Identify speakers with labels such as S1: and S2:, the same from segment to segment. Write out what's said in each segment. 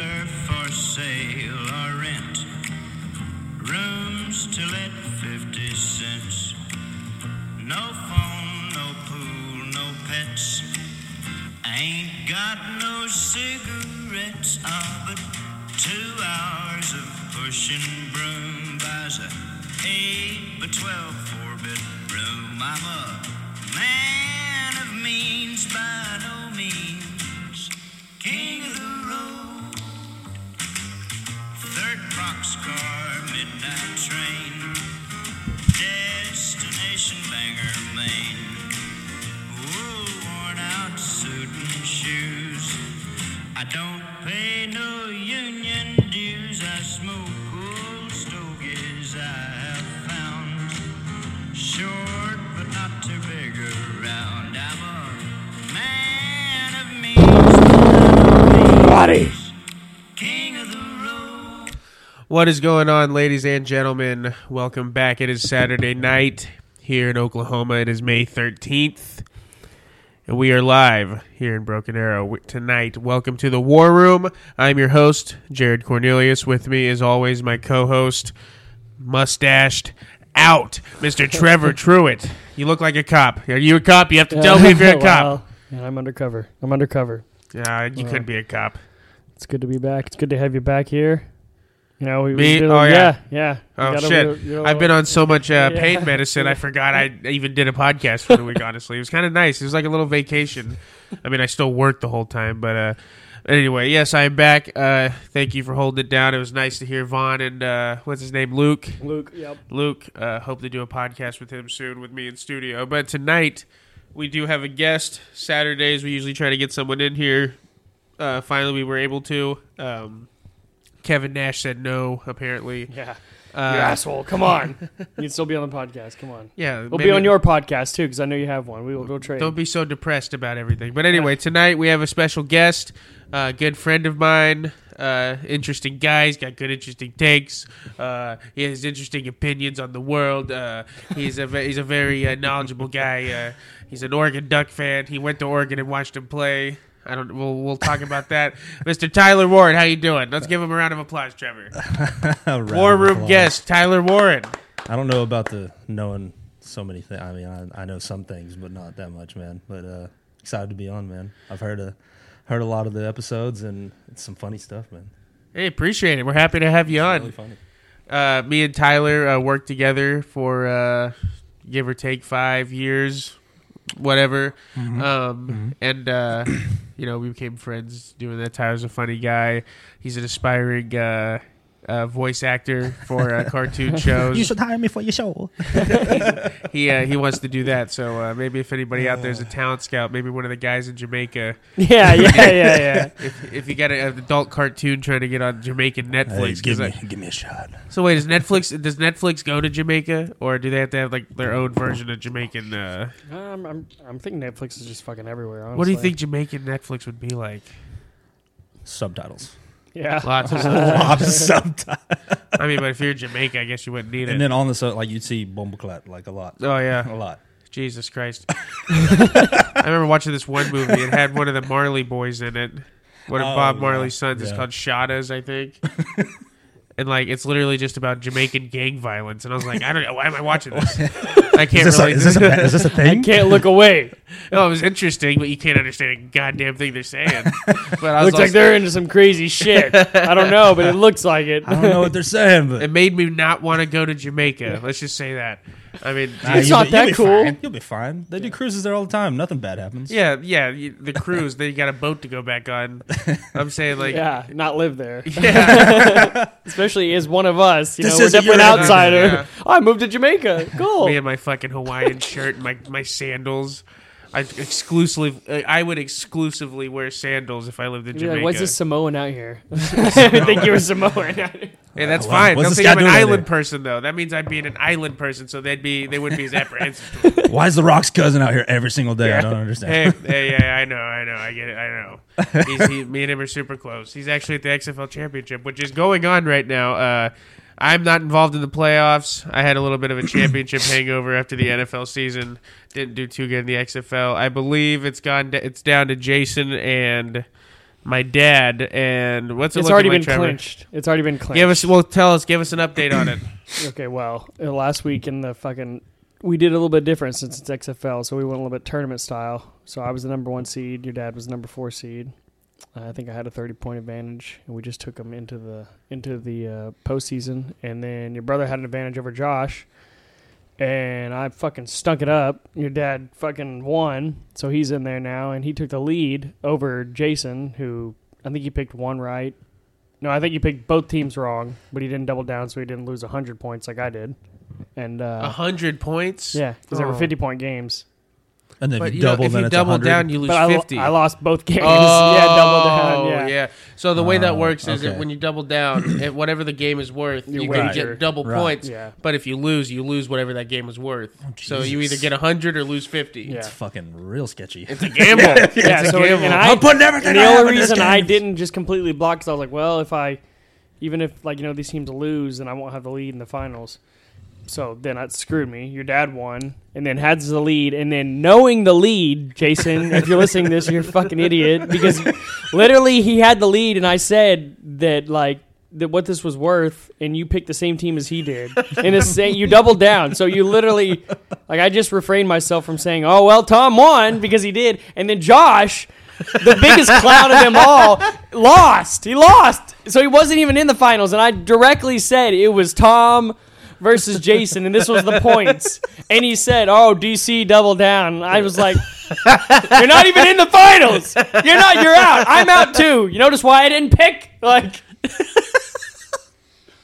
S1: for sale or rent. Rooms to let 50 cents. No phone, no pool, no pets. I ain't got no cigarettes, ah, but two hours of pushing broom buys a eight by twelve four bit room. I'm a man of means by no means, king of the road. Third boxcar, midnight train, destination Bangor, Maine. Ooh, worn out suit and shoes. I don't pay no union dues. I smoke old stogies I have found. Short but not too big around. I'm a man of means.
S2: Body.
S1: King of the road.
S3: What is going on, ladies and gentlemen? Welcome back. It is Saturday night here in Oklahoma. It is May 13th. And we are live here in Broken Arrow w- tonight. Welcome to the War Room. I'm your host, Jared Cornelius. With me, as always, my co host, mustached out, Mr. Trevor Truitt. You look like a cop. Are you a cop? You have to tell me if you're a cop.
S4: Wow. Yeah, I'm undercover. I'm undercover.
S3: Yeah, you could be a cop.
S4: It's good to be back. It's good to have you back here. You know, we, we
S3: Me?
S4: did a-
S3: Oh, yeah.
S4: yeah, yeah. We
S3: Oh
S4: got a
S3: shit!
S4: little- you know,
S3: I've been on so much uh,
S4: Yeah.
S3: pain medicine. I forgot I even did a podcast for the week. Honestly, it was kind of nice. It was like a little vacation. I mean, I still worked the whole time, but uh, anyway, yes, I am back. Uh, thank you for holding it down. It was nice to hear Vaughn and uh, what's his name, Luke.
S4: Luke. Yep.
S3: Luke. Uh, hope to do a podcast with him soon with me in studio. But tonight we do have a guest. Saturdays we usually try to get someone in here. Uh, finally, we were able to. Um, Kevin Nash said no. Apparently,
S4: Yeah.
S3: uh,
S4: you asshole. Come on. You'd still be on the podcast. Come on.
S3: Yeah,
S4: We'll
S3: maybe-
S4: be on your podcast too, because I know you have one. We will go trade.
S3: Don't be so depressed about everything. But anyway, tonight we have a special guest, a good friend of mine. Uh, interesting guy. He's got good, interesting takes. Uh, he has interesting opinions on the world. Uh, he's a ve- he's a very uh, knowledgeable guy. Uh, he's an Oregon Duck fan. He went to Oregon and watched him play. I don't. We'll we'll talk about that. Mr. Tyler Warren, how you doing? Let's give him a round of applause, Trevor.
S5: A round
S3: War
S5: of
S3: room
S5: applause.
S3: guest, Tyler Warren.
S5: I don't know about the knowing so many things. I mean, I, I know some things, but not that much, man. But uh, excited to be on, man. I've heard a heard a lot of the episodes, and it's some funny stuff, man.
S3: Hey, appreciate it. We're happy to have you
S5: It's
S3: on.
S5: really funny.
S3: uh, me and Tyler uh, worked together for uh, give or take five years, whatever.
S5: Mm-hmm.
S3: Um, And uh, you know, we became friends doing that. Tyler's a funny guy. He's an aspiring uh, uh, voice actor for uh, cartoon shows.
S5: hire me for your show.
S3: he uh, he wants to do that. So uh, maybe if anybody out there's a talent scout, maybe one of the guys in Jamaica.
S4: yeah, yeah, yeah, yeah.
S3: If, if you got a- an adult cartoon trying to get on Jamaican Netflix, 'cause
S5: give
S3: I-
S5: me give me a shot.
S3: So wait, does Netflix does Netflix go to Jamaica, or do they have to have like their own version of Jamaican? Uh,
S4: um, I'm, I'm thinking Netflix is just fucking everywhere. Honestly.
S3: what do you think Jamaican Netflix would be like?
S5: Subtitles.
S4: Yeah.
S3: Lots of stuff.
S5: Lots of subtitles.
S3: I mean, but if you're in Jamaica, I guess you wouldn't need
S5: And
S3: it.
S5: then on the sub, like you'd see Bumbleclat like a lot,
S3: Oh
S5: a
S3: yeah,
S5: lot.
S3: Jesus Christ! I remember watching this one movie. It had one of the Marley boys in it. One of
S5: Oh,
S3: Bob
S5: yeah.
S3: Marley's sons. It's
S5: Yeah.
S3: called Shadas, I think. And like it's literally just about Jamaican gang violence, and I was like, I don't know why am I watching this? I can't really.
S5: is this a
S4: I
S5: thing?
S4: can't look away.
S3: No, Oh, it was interesting, but you can't understand a goddamn thing they're saying. But I was
S4: Looks like
S3: like,
S4: they're into some crazy shit. I don't know, but it looks like it.
S5: I don't know what they're saying, but
S3: it made me not want to go to Jamaica. Let's just say that. I mean,
S5: Nah,
S4: It's
S5: you'll
S4: not
S5: be-
S4: that
S5: you'll be
S4: cool.
S5: fine. You'll be fine. They do cruises there all the time. Nothing bad happens.
S3: yeah, yeah, you- the cruise. They got a boat to go back on. I'm saying like, yeah,
S4: yeah, not live there.
S3: yeah,
S4: especially as one of us. You
S5: This
S4: know, we're
S5: isn't
S4: definitely an
S5: your-
S4: outsider.
S3: Yeah.
S4: Oh, I moved to Jamaica. Cool.
S3: me and my fucking Hawaiian shirt, and my my sandals. I exclusively, I would exclusively wear sandals if I lived in
S4: You're
S3: Jamaica.
S4: like, why is this Samoan out here? I think you were Samoan. Out here.
S3: Hey, that's
S5: Wow, what's
S3: fine. Don't
S5: this
S3: think
S5: guy
S3: I'm an
S5: doing out
S3: island
S5: there?
S3: person though. That means I'd be an island person, so they'd be they wouldn't be as apprehensive. to
S5: Why is The Rock's cousin out here every single day? I don't understand.
S3: hey, hey, yeah, I know, I know, I get it, I know. He's, he, me and him are super close. He's actually at the XFL championship, which is going on right now. Uh, I'm not involved in the playoffs. I had a little bit of a championship hangover after the NFL season. Didn't do too good in the XFL. I believe it's gone. it's down to Jason and my dad, and what's it
S4: it's
S3: looking
S4: already
S3: like,
S4: been
S3: Trevor?
S4: clinched. It's already been clinched.
S3: Give us, well, tell us, give us an update on it.
S4: Okay, well, uh, last week in the fucking, we did a little bit different since it's XFL, so we went a little bit tournament style. So I was the number one seed, your dad was the number four seed. Uh, I think I had a thirty point advantage, and we just took him into the into the uh, postseason. And then your brother had an advantage over Josh, and I fucking stunk it up. Your dad fucking won, so he's in there now, and he took the lead over Jason, who I think he picked one right. No, I think you picked both teams wrong, but he didn't double down, so he didn't lose hundred points like I did. And
S3: A
S4: uh,
S3: hundred points.
S4: yeah, because there were
S3: Oh.
S4: fifty point games.
S5: And then
S3: But
S5: you
S3: you know,
S5: double,
S3: if
S5: then
S3: you
S5: it's
S3: double
S5: 100.
S3: down, you lose
S4: But I, lo-
S3: fifty.
S4: I lost both games.
S3: Oh,
S4: yeah, double down. Yeah.
S3: So the way that
S5: Oh,
S3: works is that
S5: okay.
S3: when you double down, at whatever the game is worth,
S4: You're
S3: you can
S4: right.
S3: get double
S5: Right. Oh,
S3: points.
S4: Yeah.
S3: But if you lose, you lose whatever that game was worth. so you either
S5: Jesus.
S3: get hundred or lose fifty.
S4: Yeah.
S5: It's fucking real sketchy.
S3: It's a gamble. yeah,
S4: Yeah,
S3: it's
S4: so
S3: a gamble.
S4: and I,
S5: I'm putting everything
S4: and the
S5: I have
S4: only
S5: in this
S4: reason I
S5: game.
S4: didn't just completely block because I was like, well, if I, even if like you know these teams lose, then I won't have the lead in the finals. So then that screwed me. Your dad won, and then had the lead, and then knowing the lead, Jason, if you're listening to this, you're a fucking idiot because literally he had the lead, and I said that like. That what this was worth, and you picked the same team as he did, and the same you doubled down. So you literally, like, I just refrained myself from saying, "Oh well, Tom won" because he did, and then Josh, the biggest clown of them all lost. He lost. So he wasn't even in the finals. And I directly said it was Tom versus Jason, and this was the points. And he said, Oh, DC double down. And I was like, You're not even in the finals. You're not, you're out. I'm out too. You notice why I didn't pick? Like,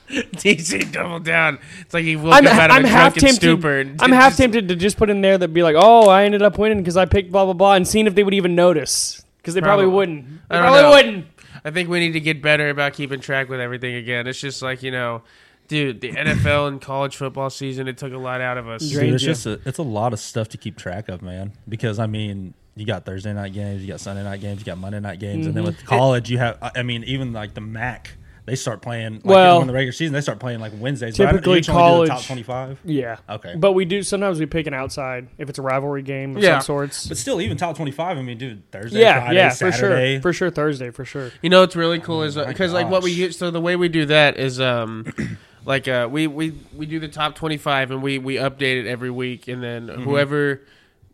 S3: DC double down. It's like he woke
S4: I'm,
S3: up out of
S4: I'm
S3: a
S4: half
S3: drunken
S4: tempted.
S3: stupor. and
S4: I'm
S3: just-
S4: half tempted to just put in there that be like, Oh, I ended up winning because I picked blah, blah, blah, and seeing if they would even notice. Because they probably,
S3: Probably.
S4: wouldn't. They
S3: I don't
S4: probably
S3: know.
S4: wouldn't.
S3: I think we need to get better about keeping track with everything again. It's just like you know, dude, the NFL and college football season it took a lot out of us.
S4: Drake.
S5: Dude,
S4: Strange,
S5: it's
S4: yeah.
S5: just a, it's a lot of stuff to keep track of, man. Because I mean, you got Thursday night games, you got Sunday night games, you got Monday night games, and then
S4: Mm-hmm.
S5: with college, you have. I I mean, even like the MAC, they start playing. Like,
S4: Well-
S5: in the regular season, they start playing like Wednesdays. but I don't-
S4: Typically
S5: you each only do the
S4: college-
S5: top twenty-five.
S4: Yeah.
S5: Okay.
S4: But we do sometimes we pick an outside if it's a rivalry game of
S3: Yeah.
S4: some sorts.
S5: But still, even top twenty-five. I mean, dude, Thursday,
S4: yeah,
S5: Friday,
S4: yeah, for
S5: Saturday.
S4: sure, for sure. Thursday, for sure.
S3: You know what's really cool is
S5: Oh my
S3: because like what we
S5: gosh.
S3: use. So the way we do that is um, like uh, we we we do the top twenty five and we we update it every week and then
S5: Mm-hmm.
S3: whoever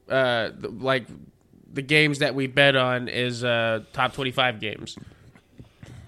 S3: uh th- like the games that we bet on is uh top twenty five games.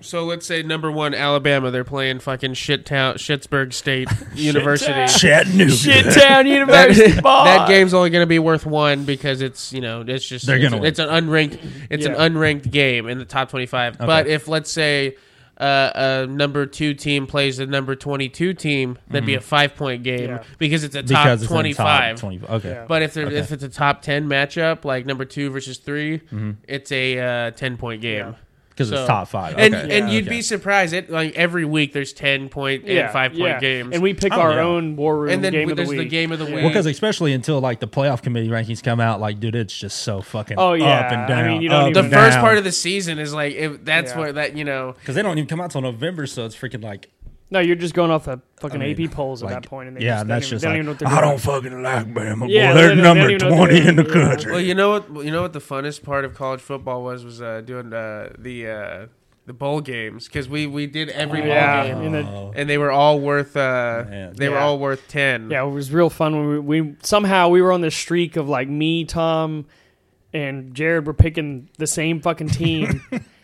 S3: So let's say number one Alabama, they're playing fucking shit town Shittsburg State University.
S5: Chattanooga.
S4: Shit Town University. ball.
S3: that game's only going to be worth one because it's you know it's just
S5: They're
S3: it's,
S5: gonna
S3: an-
S5: win.
S3: it's an unranked it's
S4: Yeah.
S3: an unranked game in the top twenty five. But if let's say uh, a number two team plays the number twenty two team, that'd be a five point game
S4: Yeah.
S3: because it's a top
S5: Mm-hmm. Because it's in the
S3: twenty five.
S5: 25. Okay.
S4: Yeah.
S3: But if there, if it's a top ten matchup, like number two versus 3
S5: Mm-hmm.
S3: it's a uh, ten point game.
S4: Yeah.
S5: Because
S3: So-
S5: it's top five.
S3: And,
S5: okay.
S3: and you'd
S5: Okay.
S3: be surprised. It like every week there's ten point and five point games,
S4: and we pick
S5: Oh,
S4: our
S5: yeah.
S4: own war room
S3: And then
S4: game
S3: w-
S4: of the
S3: there's
S4: week.
S3: the game of the
S5: Well,
S3: week.
S5: because especially until like the playoff committee rankings come out, like dude, it's just so fucking
S4: Oh, yeah.
S5: up and
S4: I
S5: down.
S4: mean, you don't
S5: up
S3: the
S4: even-
S5: and
S3: first
S5: down.
S3: part of the season is like if that's
S4: Yeah.
S3: where that you know
S5: because they don't even come out till November, so it's freaking like
S4: No, you're just going off the fucking
S5: I mean,
S4: AP polls at
S5: like,
S4: that point, and they just,
S5: yeah, and
S4: they
S5: that's
S4: don't
S5: just
S4: even-
S5: like,
S4: they don't even
S5: I
S4: know what
S5: don't fucking like Bama.
S4: Yeah,
S5: Yeah,
S4: they
S5: boy, they're
S4: don't- they don't even
S5: number
S4: know what they're
S5: twenty in the
S4: doing. Yeah.
S5: country.
S3: Well, you know what? well, You know what the funnest part of college football was was uh, doing uh, the uh, the bowl games because we we did every
S4: they're doing.
S3: bowl
S4: yeah, and
S3: game,
S4: the-
S5: Oh.
S3: and they were all worth uh,
S5: Man.
S3: they were
S4: Yeah.
S3: all worth ten.
S4: yeah, it was real fun when we, we somehow we were on this streak of like me, Tom, and Jared were picking the same fucking team.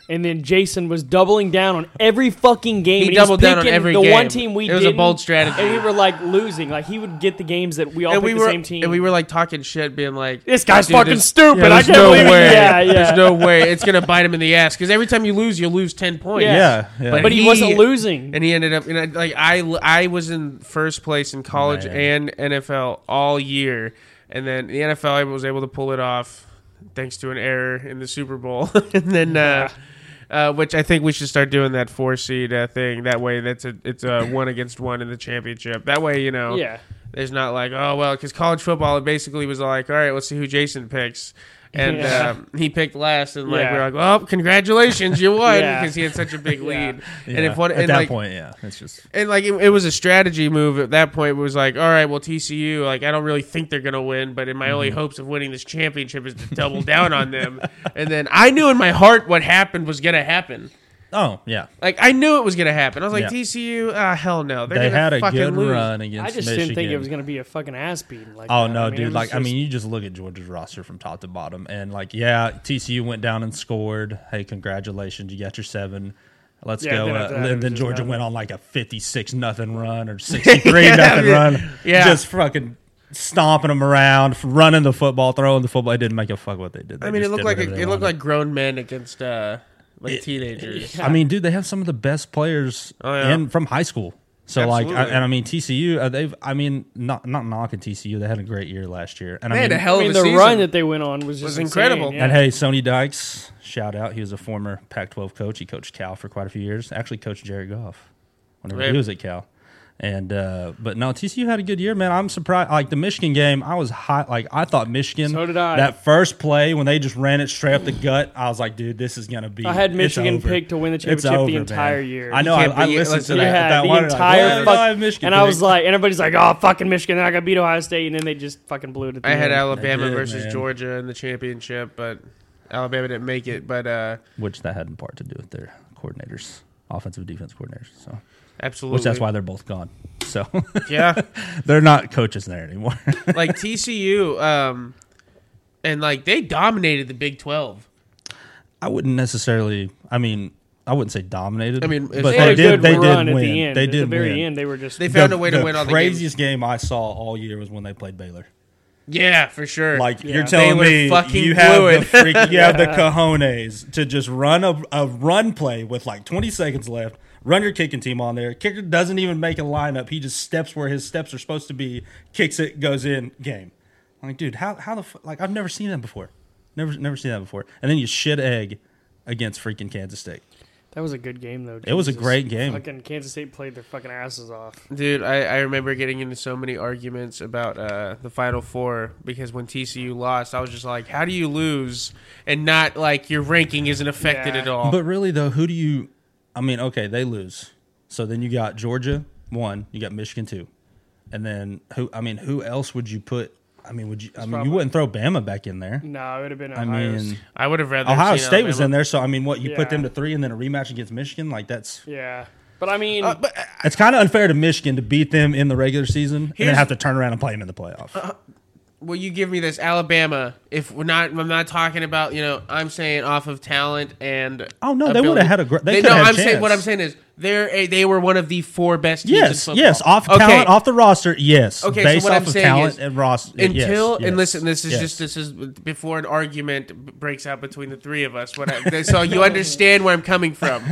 S4: And then Jason was doubling down on every fucking game.
S3: he
S4: and
S3: doubled
S4: was
S3: down on
S4: picking
S3: every
S4: the
S3: game.
S4: one team we
S3: it was a
S4: didn't,
S3: bold strategy,
S4: and we were like losing. Like he would get the games that we all
S3: And
S4: picked
S3: we
S4: the
S3: were
S4: same team.
S3: and we were like talking shit, being like,
S4: this guy's
S3: "Dude,
S4: fucking
S3: there's-
S4: stupid.
S3: yeah,
S4: I
S3: there's
S4: can't
S3: no
S4: believe
S3: way.
S4: it. Yeah, yeah.
S3: There's no way. It's gonna bite him in the ass because every time you lose, you lose ten points.
S4: Yeah.
S5: yeah, yeah.
S3: But
S4: but he,
S3: he-
S4: wasn't losing.
S5: Mm-hmm.
S3: and he ended up and I, like I I was in first place in college
S5: Man.
S3: and NFL all year, and then the NFL I was able to pull it off thanks to an error in the Super Bowl, and then. Uh, uh, which I think we should start doing that four seed uh, thing. That way, that's a it's a one against one in the championship. That way, you know,
S4: yeah.
S3: there's not like oh well, because college football it basically was like all right, let's see who Jason picks. and
S4: Yeah.
S3: um, he picked last, and like
S4: Yeah.
S3: we are like, "Oh, congratulations, you won!"
S4: Yeah.
S3: Because he had such a big lead.
S5: Yeah,
S3: And if one,
S5: at
S3: and
S5: that
S3: like,
S5: point, yeah, it's just
S3: and like it, it was a strategy move at that point. It was like, all right, well, TCU, like I don't really think they're gonna win, but in my only
S5: Mm-hmm.
S3: hopes of winning this championship is to double down on them. And then I knew in my heart what happened was gonna happen.
S5: oh yeah.
S3: Like I knew it was gonna happen. I was like,
S5: Yeah.
S3: TCU, ah, hell no, they're
S5: They
S3: gonna
S5: had a
S3: fucking
S5: good
S3: lose.
S5: run against.
S4: I just
S5: Michigan.
S4: didn't think it was going to be a fucking ass beating. Like
S5: Oh
S4: that.
S5: no,
S4: I mean, it
S5: dude!
S4: was
S5: Like I
S4: just-
S5: mean, you just look at Georgia's roster from top to bottom, and like, yeah, TCU went down and scored. Hey, congratulations, you got your seven. Let's
S4: Yeah,
S5: go.
S4: then
S5: uh,
S4: after that, it
S5: and
S4: was
S5: then
S4: just
S5: Georgia
S4: nothing.
S5: went on like a fifty-six nothing run or sixty-three nothing
S3: yeah.
S5: run.
S3: Yeah.
S5: just fucking stomping them around, f- running the football, throwing the football. It didn't make a fuck what they did. They
S3: I mean, it
S5: just
S3: looked
S5: did
S3: like
S5: whatever
S3: a,
S5: they
S3: it looked
S5: wanted.
S3: like grown men against uh like teenagers.
S5: I mean, dude, they have some of the best players
S3: Oh, yeah.
S5: in from high school. So like, I,
S3: Absolutely.
S5: and I mean TCU, uh, they've. I mean, not not knocking TCU. They had a great year last year, and
S3: They
S5: I mean,
S3: had a hell
S4: I mean,
S3: of a
S4: the
S3: season.
S4: run that they went on was just
S3: was
S4: insane,
S3: incredible.
S4: yeah.
S5: And hey, Sony Dykes, shout out. He was a former Pac-12 coach. He coached Cal for quite a few years. Actually, coached Jared Goff whenever
S3: Right.
S5: he was at Cal. And uh, but no, TCU had a good year, man. I'm surprised. Like the Michigan game, I was hot. Like I thought Michigan.
S4: So did I.
S5: That first play when they just ran it straight up the gut, I was like, dude, this is gonna be.
S4: I had
S5: it's
S4: Michigan
S5: over.
S4: picked to win the
S5: It's
S4: championship the
S5: over, man.
S4: entire year.
S5: I know.
S3: You
S5: I,
S3: can't
S5: I
S3: beat-
S5: listened to
S3: listen,
S5: that.
S4: Yeah,
S5: that
S4: the
S5: one, and I was like,
S4: entire
S5: "Yeah, no, I have
S4: fuck,
S5: Michigan
S4: and I was
S5: picked."
S4: like, and everybody's like, "Oh, fucking Michigan!" They're not gonna beat Ohio State, and then they just fucking blew it. At the
S3: I had
S4: end.
S3: Alabama
S5: did,
S3: versus
S5: man.
S3: Georgia in the championship, but Alabama didn't make it. But uh,
S5: which that had in part to do with their coordinators, offensive and defense coordinators. So,
S3: absolutely,
S5: which that's why they're both gone. So.
S3: yeah,
S5: They're not coaches there anymore.
S3: like TCU, um, and like they dominated the Big Twelve.
S5: I wouldn't necessarily. I mean, I wouldn't say dominated.
S3: I mean, if
S5: but
S3: they
S5: they,
S3: had a
S5: did.
S4: good
S5: They
S4: run
S5: did
S4: at
S5: win.
S4: the end.
S5: They
S4: at
S5: did
S4: the very
S5: win.
S4: end, they were just
S3: They found a way to win all the games.
S5: craziest game I saw all year was when they played Baylor.
S3: Yeah, for sure.
S5: Like
S4: Yeah.
S5: you're telling
S3: Baylor
S5: me,
S3: fucking
S5: you have
S3: blew
S5: the
S3: it.
S5: freak, you have the cojones to just run a, a run play with like 20 seconds left. Run your kicking team on there. Kicker doesn't even make a lineup. He just steps where his steps are supposed to be. Kicks it, goes in. Game. I'm like, dude, how how the fu- like I've never seen that before. Never never seen that before. And then you shit egg against freaking Kansas State.
S4: That was a good game though.
S5: It was a
S4: Jesus.
S5: great game.
S4: Fucking Kansas State played their fucking asses off.
S3: Dude, I, I remember getting into so many arguments about uh, the Final Four because when TCU lost, I was just like, how do you lose and not like your ranking isn't affected
S4: Yeah.
S3: at all?
S5: But really, though, who do you? I mean, okay, they lose. So then you got Georgia one, you got Michigan two, and then who? I mean, who else would you put? I mean, would you? I mean,
S4: probably-
S5: you wouldn't throw Bama back in there.
S4: No, it would have been.
S5: I
S4: Ohio's.
S5: mean,
S3: I would have rather
S5: Ohio
S3: seen
S5: State was
S3: Alabama.
S5: in there. So I mean, what you put them
S4: Yeah.
S5: to three and then a rematch against Michigan? Like that's
S4: yeah, but I mean,
S3: Uh,
S5: it's kind of unfair to Michigan to beat them in the regular season and then
S3: Here's- Uh,
S5: have to turn around and play them in the playoff. Oh, no, they would've had a gr-
S3: no,
S5: they could've had a
S3: I'm saying
S5: chance.
S3: what I'm saying is they're a, they were one of the four best. Teams
S5: yes,
S3: in football.
S5: yes, off
S3: Okay.
S5: talent, off the roster. Yes,
S3: Okay,
S5: based
S3: so what
S5: off
S3: I'm
S5: of
S3: saying
S5: talent
S3: is,
S5: and roster. yes,
S3: until and
S5: yes,
S3: listen, this is
S5: yes.
S3: just this is before an argument b- breaks out between the three of us. What I, so you understand where I'm coming from,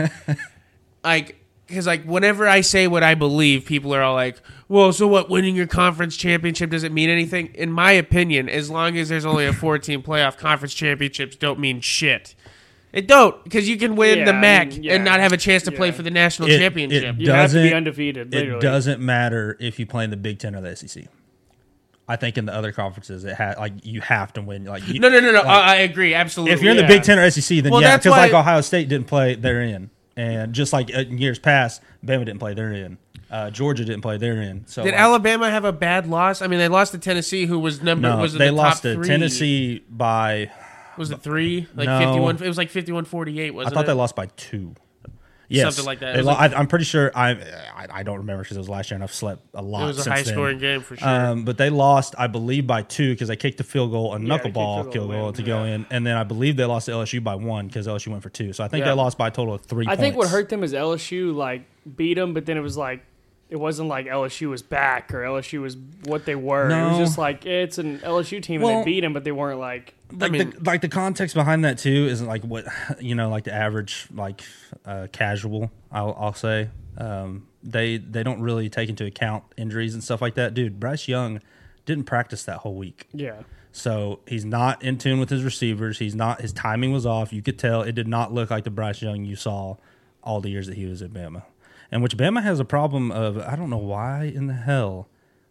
S3: like because like whenever I say what I believe, people are all like, "Well, so what? Winning your conference championship doesn't mean anything." In my opinion, as long as there's only a 14 playoff, conference championships don't mean shit. It don't because you can win
S4: Yeah,
S3: the
S4: I
S3: MAC
S4: mean, yeah.
S3: and not have a chance to play
S4: Yeah.
S3: for the national
S5: It- it
S3: championship.
S4: you have to be
S5: doesn't-
S4: undefeated. Literally.
S5: It doesn't matter if you play in the Big Ten or the SEC. I think in the other conferences, it ha- like you have to win. Like you,
S3: no, no, no, no.
S5: like,
S3: I, I agree absolutely.
S5: if you're in
S4: Yeah.
S5: the Big Ten or SEC, then
S3: Well,
S5: yeah,
S3: that's
S5: because like
S3: why-
S5: Ohio State didn't play, they're in, and just like in years past, Bama didn't play, they're in. Uh, Georgia didn't play, they're in. So
S3: Did
S5: like,
S3: Alabama have a bad loss? I mean, they lost to Tennessee, who was number
S5: no,
S3: was in
S5: they
S3: the
S5: lost
S3: top
S5: to
S3: three.
S5: Tennessee by.
S3: Was it three? Like
S5: No.
S3: fifty-one. It was like fifty-one forty-eight.
S5: I
S3: Wasn't
S5: thought
S3: it?
S5: they lost by two. Yes,
S3: Something like that. It
S5: They
S3: was
S5: lo-
S3: like-
S5: I, am pretty sure. I I, I don't remember because it was last year, and I've slept a lot.
S3: It was
S5: since
S3: a
S5: then.
S3: high-scoring game for sure.
S5: Um, but they lost, I believe, by two because they kicked the field goal, a
S4: they kicked
S5: knuckleball
S4: the
S5: field
S4: goal
S5: goal
S4: in,
S5: to go in, and then I believe they lost to LSU by one because LSU went for two. So I think
S3: Yeah.
S5: they lost by a total of three.
S4: I think what
S5: points.
S4: hurt them is LSU like beat them, but then it was like it wasn't like LSU was back or LSU was what they were. It was
S5: No.
S4: just like it's an LSU team and
S5: Well-
S4: they beat them, but they weren't like
S5: Like,
S3: mean-
S5: the, like the context behind that too isn't like what you know, like the average like uh, casual. I'll, I'll say um, they they don't really take into account injuries and stuff like that. Dude, Bryce Young didn't practice that whole week.
S4: yeah.
S5: So he's not in tune with his receivers. He's not. His timing was off. You could tell it did not look like the Bryce Young you saw all the years that he was at Bama, and which Bama has a problem of. I don't know why in the hell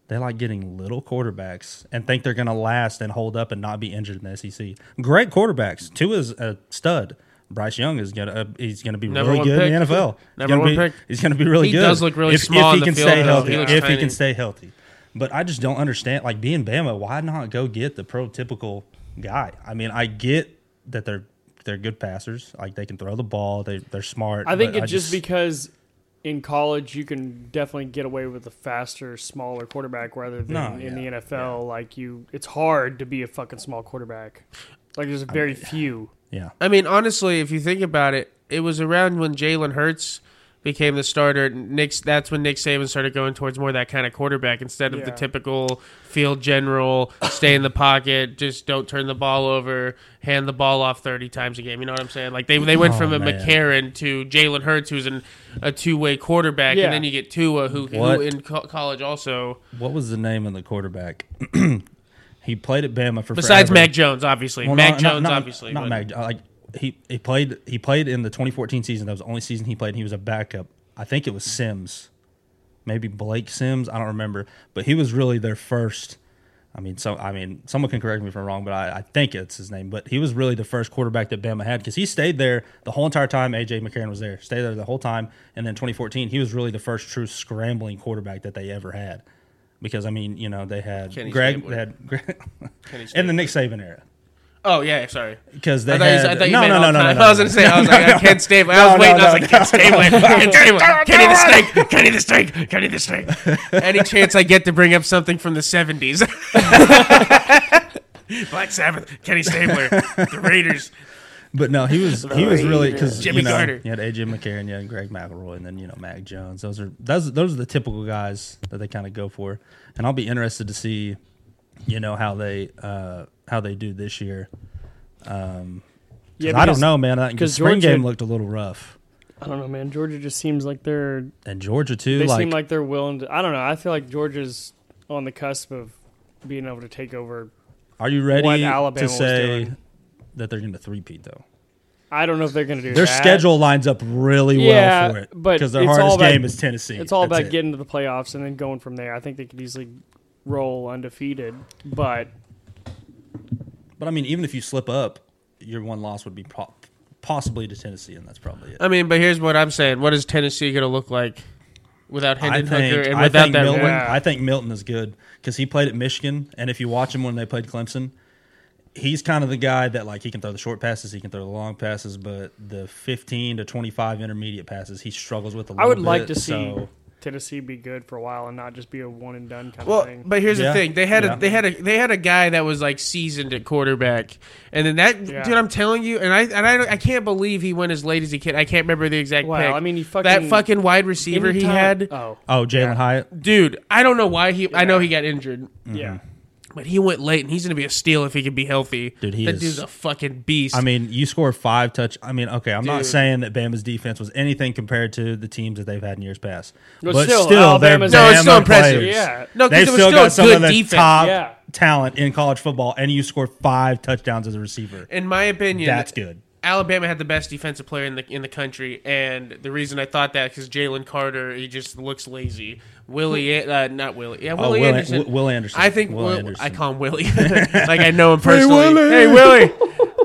S5: They like getting little quarterbacks and think they're going to last and hold up and not be injured in the SEC. Great quarterbacks. Two is a stud. Bryce Young is gonna uh, he's gonna be
S3: Number
S5: really
S3: one
S5: good in the
S3: pick.
S5: NFL.
S3: Number
S5: he's gonna
S3: one
S5: be,
S3: pick.
S5: He's gonna be really
S3: He
S5: good.
S3: does look really
S5: if,
S3: small in
S5: if he
S3: the
S5: can
S3: field,
S5: stay
S3: though.
S5: healthy.
S3: He looks
S5: If he can
S3: tiny.
S5: stay healthy, but I just don't understand. Like being Bama, why not go get the prototypical guy? I mean, I get that they're they're good passers. Like they can throw the ball. They they're smart.
S4: I think
S5: but
S4: it's just because in college you can definitely get away with a faster, smaller quarterback rather than
S5: No,
S4: in the
S5: yeah,
S4: NFL. Like you, it's hard to be a fucking small quarterback. Like there's very few.
S5: yeah.
S3: I mean, honestly, if you think about it, it was around when Jalen Hurts became the starter. Nick's that's when Nick Saban started going towards more that kind of quarterback instead of the
S4: Yeah.
S3: typical field general, stay in the pocket, just don't turn the ball over, hand the ball off thirty times a game. You know what I'm saying? Like they they went
S5: Oh,
S3: from a
S5: man.
S3: McCarron to Jalen Hurts, who's an, a two way quarterback,
S4: Yeah.
S3: and then you get Tua, who, who
S5: What?
S3: in co- college also
S5: What was the name of the quarterback? he played at Bama for
S3: besides
S5: forever.
S3: Mac Jones, obviously
S5: Well,
S3: Mac
S5: not- not-
S3: Jones,
S5: not-
S3: obviously
S5: not
S3: but-
S5: Mac. Like he, he played he played in the 2014 season. That was the only season he played. He was a backup. I think it was Sims, maybe Blake Sims. I don't remember, but he was really their first. I mean, so I mean, someone can correct me if I'm wrong, but I, I think it's his name. But he was really the first quarterback that Bama had because he stayed there the whole entire time. AJ McCarron was there, stayed there the whole time, and then 2014, he was really the first true scrambling quarterback that they ever had. Because I mean, you know, they had
S3: Kenny
S5: Greg,
S3: Stabler.
S5: they had Greg,
S3: Kenny
S5: in
S3: Stabler.
S5: the Nick Saban era
S3: Oh yeah, sorry.
S5: because they
S3: I thought, you,
S5: had
S3: I thought you
S5: no,
S3: meant
S5: no,
S3: all
S5: no, no,
S3: time.
S5: no, no.
S3: I was gonna say, I was like, I can't stay. I was
S5: no,
S3: waiting. I was
S5: no,
S3: like,
S5: no,
S3: Kent Stabler, Kent Stabler, Kenny the Snake, Kenny the Snake, Kenny the Snake. Any chance I get to bring up something from the seventies? Black Sabbath, Kenny Stabler, the Raiders.
S5: But no, he was he was really because
S3: Jimmy
S5: you know
S3: Carter.
S5: you had AJ McCarron, you had Greg McElroy, and then you know Mac Jones. Those are those those are the typical guys that they kind of go for. And I'll be interested to see, you know how they uh how they do this year.
S4: Yeah,
S5: 'Cause I don't
S4: because-
S5: know, man. Because
S4: because
S5: spring
S4: Georgia-
S5: game looked a little rough,
S4: I don't know, man. Georgia just seems like they're
S5: and Georgia too.
S4: they
S5: like,
S4: seem like they're willing to. I don't know. I feel like Georgia's on the cusp of being able to take over.
S5: are you ready
S4: what Alabama
S5: to
S4: was
S5: say
S4: doing.
S5: that they're going to three peat though?
S4: I don't know if they're going to do
S5: Their
S4: that.
S5: schedule lines up really
S4: Yeah,
S5: well for it,
S4: but
S5: because their
S4: it's all
S5: hardest
S4: about-
S5: game is Tennessee.
S4: It's all
S5: That's
S4: about
S5: it.
S4: getting to the playoffs and then going from there. I think they could easily roll undefeated, but
S5: But I mean, even if you slip up, your one loss would be po- possibly to Tennessee, and that's probably it.
S3: I mean, but here's what I'm saying: What is Tennessee gonna look like without
S5: I
S3: Hendon Hooker
S5: think,
S3: and
S5: I
S3: without
S5: think
S3: that?
S5: Milton.
S3: win?
S4: Yeah.
S5: I think Milton is good because he played at Michigan, and if you watch him when they played Clemson, he's kind of the guy that like he can throw the short passes, he can throw the long passes, but the fifteen to twenty-five intermediate passes he struggles with a little
S4: I would like
S5: bit,
S4: to see
S5: so-
S4: Tennessee be good for a while and not just be a one and done kind of
S3: Well,
S4: thing.
S3: but here's the
S5: Yeah.
S3: thing: they had
S5: Yeah.
S3: a they had a they had a guy that was like seasoned at quarterback, and then that
S4: Yeah.
S3: dude, I'm telling you, and I and I, don't- I can't believe he went as late as he can. I can't remember the exact.
S4: Wow,
S3: pick.
S4: I mean, he fucking-
S3: that fucking wide receiver he
S4: Anytime-
S3: had,
S4: Oh,
S5: Oh, Jalen Hyatt.
S3: dude. I don't know why he. I know he got injured,
S5: Mm-hmm.
S4: yeah.
S3: but he went late, and he's gonna be a steal if he can be healthy.
S5: Dude, he
S3: that
S5: is-
S3: dude's a fucking beast.
S5: I mean, you score five touch. I mean, okay, I'm not
S3: Dude.
S5: saying that Bama's defense was anything compared to the teams that they've had in years past,
S4: But
S5: but,
S4: still,
S5: still,
S4: Alabama's-
S5: they're
S4: No, it's
S5: Bama
S3: still impressive.
S5: players.
S4: Yeah.
S3: No, 'cause it
S5: they've
S3: was
S5: still
S3: still
S5: got some
S3: good
S5: of the
S3: defense.
S5: top
S4: Yeah.
S5: talent in college football, and you score five touchdowns as a receiver.
S3: in my opinion,
S5: That's good.
S3: Alabama had the best defensive player in the in the country, and the reason I thought that because Jalen Carter he just looks lazy. Willie,
S5: Hmm.
S3: An- uh, not Willie, yeah, Willie
S5: Will An-
S3: Anderson.
S5: Will- Will Anderson.
S3: I think
S5: Will
S3: Will,
S5: Anderson.
S3: I call him Willie, like I know him personally. Hey Willie,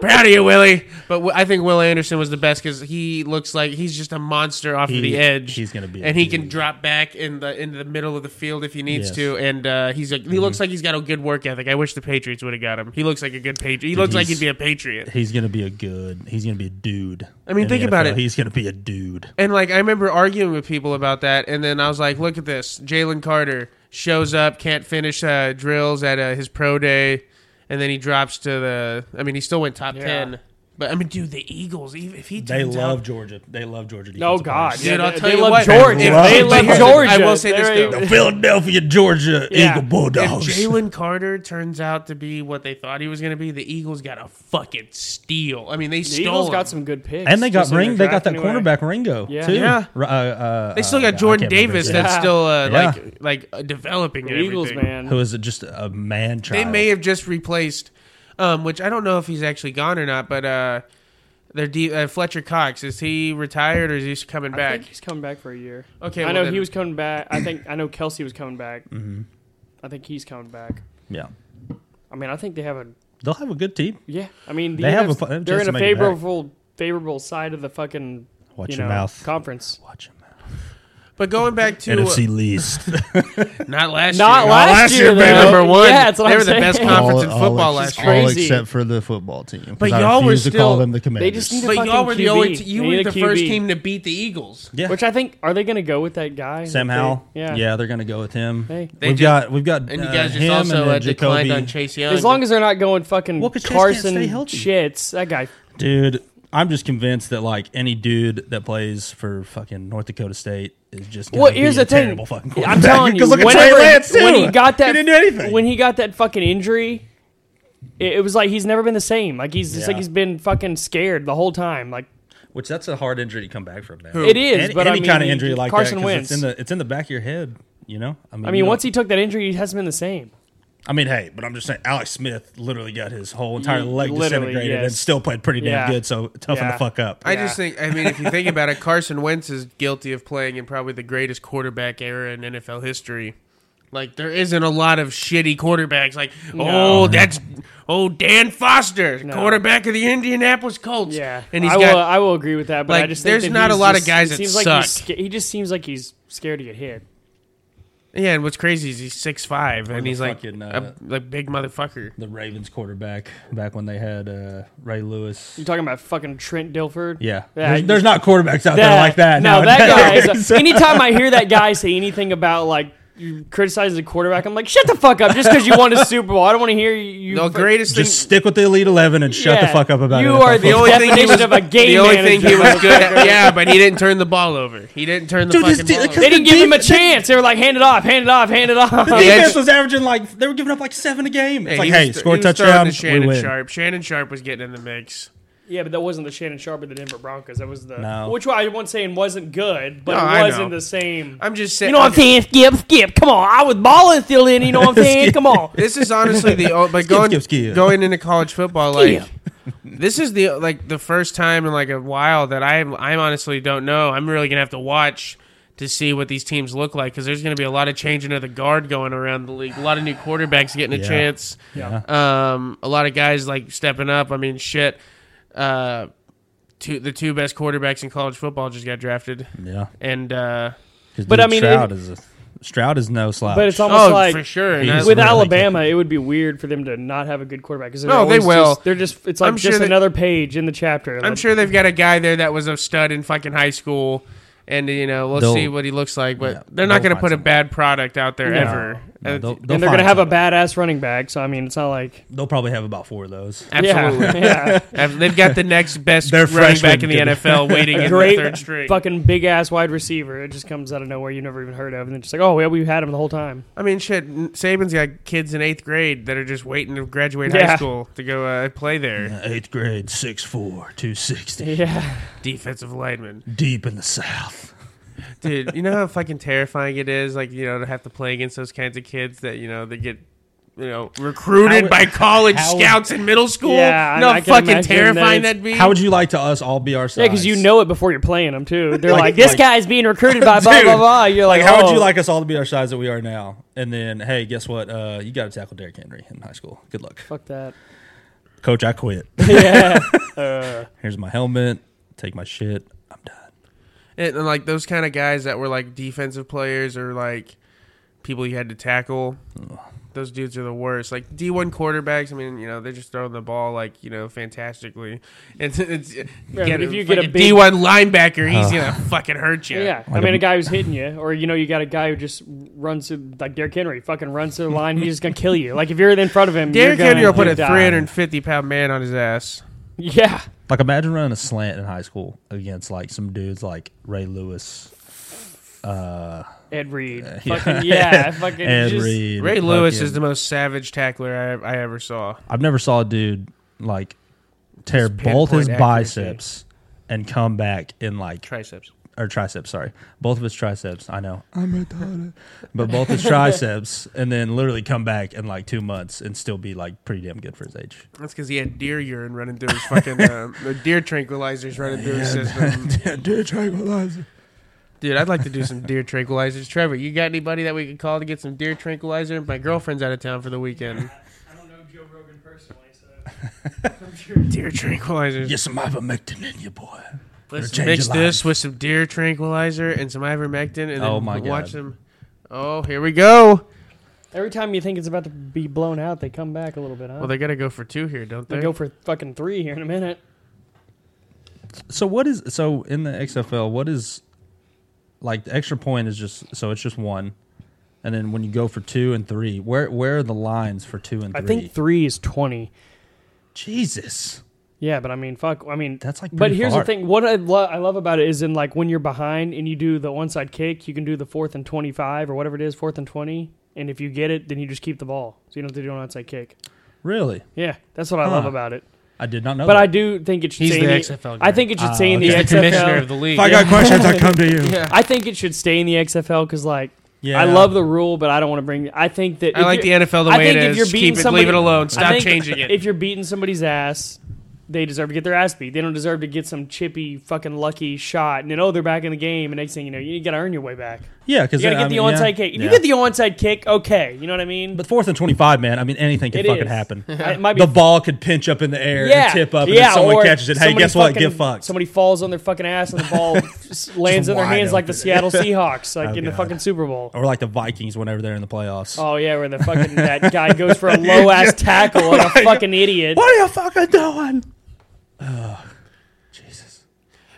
S3: proud of you, Willie. But w- I think Will Anderson was the best because he looks like he's just a monster off
S5: He-
S3: of the edge.
S5: he's gonna be a
S3: and he
S5: dude.
S3: can drop back in the in the middle of the field if he needs
S5: Yes. Mm-hmm.
S3: to. And uh, he's like, he looks like he's got a good work ethic. I wish the Patriots would have got him. He looks like a good patriot. He looks like
S5: he's-
S3: he'd be a patriot.
S5: He's gonna be a good. He's gonna be a dude.
S3: I mean,
S5: in the
S3: think about
S5: NFL.
S3: it.
S5: He's gonna be a dude.
S3: And like I remember arguing with people about that, and then I was like, "Look at this, Jalen Carter shows up, can't finish uh, drills at uh, his pro day, and then he drops to the. I mean, he still went top
S4: Yeah.
S3: ten, but I mean, dude, the Eagles, even if he
S5: They
S3: turns
S5: love
S3: out,
S5: Georgia. They love Georgia.
S4: Oh
S5: defensive
S4: God,
S5: players.
S4: yeah,
S3: Dude, I'll
S4: they,
S3: tell
S4: they
S3: you
S4: love
S3: what,
S4: Georgia.
S5: they
S4: They
S5: love-
S4: love
S5: But here's the-
S4: Georgia.
S3: I will say this,
S4: They're-
S3: though.
S5: The Philadelphia, Georgia
S4: Yeah.
S5: Eagle
S3: if
S5: Bulldogs.
S3: Jalen Carter turns out to be what they thought he was going to be, the Eagles got a fucking steal. I mean, they
S4: The
S3: stole.
S4: Eagles
S3: him.
S4: got some good picks,
S5: and they got
S4: just in their
S5: ring. They got
S4: draft
S5: that
S4: anyway.
S5: cornerback Ringo
S4: Yeah.
S5: too.
S3: Yeah.
S5: Uh, uh,
S3: They still
S5: uh,
S3: got
S5: I
S3: Jordan
S5: can't remember
S3: Davis
S5: his
S4: that-
S3: that's
S4: Yeah.
S3: still uh,
S5: Yeah.
S3: like like uh, developing.
S4: The
S3: and
S4: Eagles,
S3: everything.
S4: man.
S5: name, who is just a man child.
S3: They may have just replaced, um, which I don't know if he's actually gone or not. But uh, their D, uh, Fletcher Cox is he retired or is he coming
S4: I
S3: back?
S4: think he's coming back for a year.
S3: Okay,
S4: I
S3: well
S4: know
S3: then-
S5: Mm-hmm.
S4: he was coming back. I think I know Kelsey was coming back. I think he's coming back.
S5: Yeah,
S4: I mean, I think they have a
S5: they'll have a good team.
S4: yeah. I mean, the
S5: They have a
S4: NFC
S5: fu- they have a
S4: they're
S5: chance
S4: in
S5: to
S4: a
S5: make it back.
S4: favorable favorable side of the fucking
S5: Watch
S4: you
S5: your
S4: know,
S5: mouth.
S4: conference.
S5: Watch them.
S3: But going back to
S5: NFC least.
S3: not last
S4: Not
S3: year,
S4: last,
S5: last
S4: year,
S5: year,
S4: though.
S3: They're number one.
S4: Yeah, that's what
S3: they
S4: I'm
S3: were the
S4: saying.
S3: best conference in
S2: All- all
S3: football
S2: ex-
S3: last year.
S2: All
S4: Crazy.
S2: except for the football team. 'cause
S3: But
S2: I
S3: y'all were
S2: refuse to call
S3: still-
S2: them the commanders.
S4: just need to-
S3: But y'all were the
S4: Fucking
S3: only
S4: QB.
S3: t- you
S4: They
S3: were
S4: need
S3: the
S4: a
S3: first
S4: QB.
S3: team to beat the Eagles.
S5: yeah,
S4: Which I think are they going to go with that guy?
S5: Sam
S4: that they-
S5: Howell.
S4: Yeah.
S5: they're gonna go with him.
S4: Hey.
S3: They
S5: we've
S3: do.
S5: got we've got
S3: And you
S5: uh,
S3: guys just
S5: him
S3: also
S5: and
S3: uh,
S5: then
S3: declined
S5: Jacoby.
S3: on Chase Young.
S4: As long as they're not going fucking
S5: Well, 'cause Chase can't
S4: Carson
S5: stay healthy.
S4: shits. That guy.
S5: Dude, I'm just convinced that like any dude that plays for fucking North Dakota State is just gonna
S4: Well,
S5: be
S4: here's
S5: a
S4: the thing.
S5: terrible fucking
S4: I'm
S5: quarterback.
S4: telling you,
S5: 'Cause look at
S4: whenever-
S5: Trey Lance too.
S4: when he got that,
S5: he didn't do anything.
S4: when he got that fucking injury, it, it was like he's never been the same. Like he's just
S5: Yeah.
S4: like he's been fucking scared the whole time. Like
S5: Which that's a hard injury to come back from. Now.
S4: it is,
S5: any,
S4: but
S5: any
S4: I mean,
S5: kind of injury like
S4: Carson
S5: that, 'cause
S4: wins.
S5: It's in the it's in the back of your head. You know, I mean,
S4: I
S5: you
S4: mean,
S5: don't-
S4: once he took that injury, he hasn't been the same.
S5: I mean, hey, but I'm just saying, Alex Smith literally got his whole entire
S4: Ye-
S5: leg
S4: literally,
S5: disintegrated and
S4: yes.
S5: still played pretty damn
S4: Yeah.
S5: good. So toughen
S4: Yeah.
S5: the fuck up.
S3: I
S4: Yeah.
S3: just think, I mean, if you think about it, Carson Wentz is guilty of playing in probably the greatest quarterback era in NFL history. Like, there isn't a lot of shitty quarterbacks. Like,
S4: No.
S3: oh, that's oh Dan Foster,
S4: No.
S3: quarterback of the Indianapolis Colts.
S4: Yeah,
S3: and he's
S4: I
S3: got
S4: will. uh, I will agree with that. But I
S3: like,
S4: just think
S3: there's
S4: that
S3: not a
S4: he's
S3: lot of
S4: just-
S3: guys
S4: it
S3: that
S4: seems like he's
S3: suck.
S4: sca- he just seems like he's scared to get hit.
S3: yeah. And what's crazy is he's six five, and
S5: the
S3: he's like
S5: fucking,
S3: a
S5: uh,
S3: like big motherfucker.
S5: The Ravens quarterback back when they had uh, Ray Lewis.
S4: You talking about fucking Trent Dilford?
S5: Yeah,
S4: Yeah,
S5: there's,
S4: you-
S5: there's not quarterbacks out there
S4: That-
S5: like that.
S4: No, that guy.
S5: nowadays.
S4: Is anytime I hear that guy say anything about like you criticize the quarterback, I'm like, shut the fuck up. Just because you won a Super Bowl, I don't want to hear you.
S3: The greatest thing.
S5: Just stick with the Elite Eleven and shut the
S4: Yeah.
S5: fuck up about
S4: You
S5: it.
S4: are
S3: the only thing he
S4: definition
S3: was
S4: of a game
S3: The only
S4: manager,
S3: thing he was good at, yeah, but he didn't turn the ball over. He didn't turn the
S5: Dude, this
S3: fucking
S5: dude-
S3: ball. over.
S4: They didn't give him a chance. They were like, hand it off, hand it off, hand it off.
S3: Yeah,
S5: defense
S3: it's-
S5: was averaging like they were giving up like seven a game. It's
S3: Yeah,
S5: like,
S3: he
S5: hey,
S3: was-
S5: score
S3: he
S5: a
S3: was throwing
S5: touchdown,
S3: to
S5: we
S3: Shannon
S5: win.
S3: Sharp. Shannon Sharp was getting in the mix.
S4: Yeah, but that wasn't the Shannon Sharp of the Denver Broncos. That was the
S5: No.
S4: which I wasn't saying wasn't good, but
S3: No, I
S4: it wasn't
S3: know.
S4: the same.
S3: I'm just saying.
S4: You know what I'm saying? Skip, skip. Come on, I was balling still in. You know what I'm saying? Come on.
S3: This is honestly the o- but going
S5: skip, skip.
S3: going into college football like this is the like the first time in like a while that I I honestly don't know. I'm really gonna have to watch to see what these teams look like because there's gonna be a lot of changing of the guard going around the league. A lot of new quarterbacks getting a
S5: Yeah.
S3: chance.
S4: Yeah.
S3: Um, a lot of guys like stepping up. I mean, shit. Uh, two the two best quarterbacks in college football just got drafted,
S5: Yeah,
S3: and uh,
S5: 'Cause,
S4: But,
S5: dude,
S4: I mean,
S5: Stroud
S4: it-
S5: is a, Stroud is no slouch.
S4: But it's almost
S3: oh
S4: like
S3: for sure. And
S5: He's
S3: that's-
S5: really
S4: with
S5: like
S4: Alabama, it would be weird for them to not have a good quarterback. 'cause they're
S3: No, they
S4: always
S3: will.
S4: Just, they're just it's like
S3: I'm sure
S4: just
S3: that-
S4: another page in the chapter.
S3: I'm
S4: Like,
S3: sure they've got a guy there that was a stud in fucking high school, and you know we'll
S5: They'll-
S3: see what he looks like. But
S5: Yeah,
S3: they're not
S5: they'll
S3: going to put
S5: find
S3: a bad product out there
S4: No,
S3: ever.
S5: no,
S3: Uh, th-
S5: they'll- they'll
S4: and they're
S5: find
S4: gonna have a
S5: somebody.
S4: badass running back. So I mean, it's not like
S5: They'll probably have about four of those.
S3: Absolutely,
S4: yeah,
S3: Ab- they've got the next best
S5: Their
S3: running back in
S5: freshman
S3: the
S5: could-
S3: NFL waiting
S4: yeah.
S3: in the
S4: great
S3: third string.
S4: fucking big ass wide receiver. It just comes out of nowhere. You never even heard of, and then just like, oh yeah, we've had him the whole time.
S3: I mean, shit. n- Saban's got kids in eighth grade that are just waiting to graduate
S4: Yeah.
S3: high school to go uh, play there.
S5: Eighth grade, 6'4", 260,
S4: Yeah,
S3: Defensive lineman.
S5: deep in the South.
S3: Dude, you know how fucking terrifying it is, like you know, to have to play against those kinds of kids that you know they get, you know, recruited
S5: How-
S3: by college
S5: how-
S3: scouts in middle school.
S4: Yeah,
S3: no
S4: I- I can
S3: fucking
S4: imagine
S3: terrifying
S4: that
S3: that'd be.
S5: How would you like to us all be our size?
S4: yeah, because you know it before you're playing him too. They're like,
S5: Like-
S4: this
S5: like-
S4: guy's being recruited by blah
S5: Dude,
S4: blah blah. You're like,
S5: Like, how would
S4: oh.
S5: you like us all to be our size that we are now? And then, hey, guess what? Uh, you got to tackle Derrick Henry in high school. Good luck,
S4: Fuck that.
S5: coach. I quit.
S4: Yeah. Uh,
S5: Here's my helmet. Take my shit. I'm done.
S3: and, and, like those kind of guys that were like defensive players or like people you had to tackle. Those dudes are the worst. Like D one quarterbacks. I mean, you know, they're just throwing the ball like you know fantastically. It's, it's
S4: but if you get a big-
S3: D one linebacker, he's gonna fucking hurt you.
S4: Yeah, I
S5: Like
S4: mean, a
S5: a-
S4: guy who's hitting you, or you know, you got a guy who just runs through, like Derrick Henry, fucking runs through the line. He's just gonna kill you. Like if you're in front of him, you're
S3: Derrick
S4: gonna
S3: Henry will put a
S4: die.
S3: 350 pound man on his ass.
S4: Yeah,
S5: Like, imagine running a slant in high school against like some dudes like Ray Lewis,
S4: Ed Reed. Fucking yeah, fucking
S5: Ed
S4: just-
S5: Reed.
S3: Ray Lewis
S5: fucking-
S3: is the most savage tackler I, I ever saw.
S5: I've never saw a dude like tear
S3: pinpoint
S5: both his
S3: accuracy.
S5: biceps and come back in like
S3: Triceps.
S5: or triceps, sorry. Both of his triceps, I know. I'm retarded. But both his triceps and then literally come back in like two months and still be like pretty damn good for his age.
S3: That's because he had deer urine running through his fucking uh, or deer tranquilizers running through his system.
S5: Dude, tranquilizer.
S3: Dude, I'd like to do some deer tranquilizers. Trevor, you got anybody that we could call to get some deer tranquilizer? My girlfriend's out of town for the weekend.
S4: I don't know Joe Rogan personally, so I'm sure.
S3: Deer tranquilizers.
S5: Get some ivermectin in you, boy.
S3: Let's
S5: change
S3: mix
S5: your
S3: this with some deer tranquilizer and some ivermectin, and then
S5: Oh my
S3: watch
S5: God.
S3: them. Oh, here we go.
S4: Every time you think it's about to be blown out, they come back a little bit, huh?
S3: Well, they gotta go for two here, don't
S4: they
S3: they?
S4: go for fucking three here in a minute.
S5: So what is so in the XFL? What is like the extra point is just so it's just one, and then when you go for two and three, where where are the lines for two and
S4: I
S5: three?
S4: think three is twenty.
S5: Jesus,
S4: Yeah, but I mean, fuck. I mean,
S5: that's like.
S4: but
S5: pretty
S4: here's
S5: far.
S4: the thing. What I, lo- I love about it is in like when you're behind and you do the one side kick, you can do the fourth and twenty five or whatever it is, fourth and twenty. And if you get it, then you just keep the ball, so you don't have to do an onside kick.
S5: Really,
S4: Yeah, that's what I
S5: Huh.
S4: love about it.
S5: I did not know.
S4: But
S5: that.
S4: I do think it should.
S3: He's
S4: stay
S3: the
S4: in
S3: XFL guy.
S4: I think it should
S5: Ah,
S4: stay in the
S5: okay.
S3: He's the commissioner
S4: XFL.
S3: of the league.
S5: If I got questions, I come to you.
S3: yeah.
S4: I think it should stay in the XFL because like
S5: Yeah.
S4: I love the rule, but I don't want to bring. I think that
S3: I
S4: if
S3: like the
S4: you're-
S3: NFL the
S4: I
S3: way it
S4: think if
S3: is.
S4: you're beating
S3: Keep it,
S4: somebody-
S3: leave it alone.
S4: I
S3: Stop
S4: think
S3: changing it.
S4: If you're beating somebody's ass, they deserve to get their ass beat. They don't deserve to get some chippy fucking lucky shot and then oh they're back in the game. And next thing you know, you got to earn your way back.
S5: Yeah, because
S4: You got to get the onside kick. If you get the onside kick, okay, you know what I mean.
S5: but fourth and twenty-five, man. I mean, anything could
S4: It
S5: fucking
S4: is.
S5: happen.
S4: I- it might be
S5: the ball could pinch up in the air
S4: yeah,
S5: and tip up, and
S4: yeah,
S5: then someone
S4: or
S5: catches it. Hey,
S4: somebody
S5: guess what?
S4: fucking-
S5: Get fucked.
S4: Somebody falls on their fucking ass and the ball s- lands in their
S5: wide
S4: hands like the
S5: open.
S4: Seattle Seahawks, like
S5: Oh,
S4: in the
S5: God.
S4: fucking Super Bowl.
S5: or like the Vikings whenever they're in the playoffs.
S4: Oh yeah, where the fucking that guy goes for a low ass tackle like a fucking idiot.
S5: What are you fucking doing? Jesus.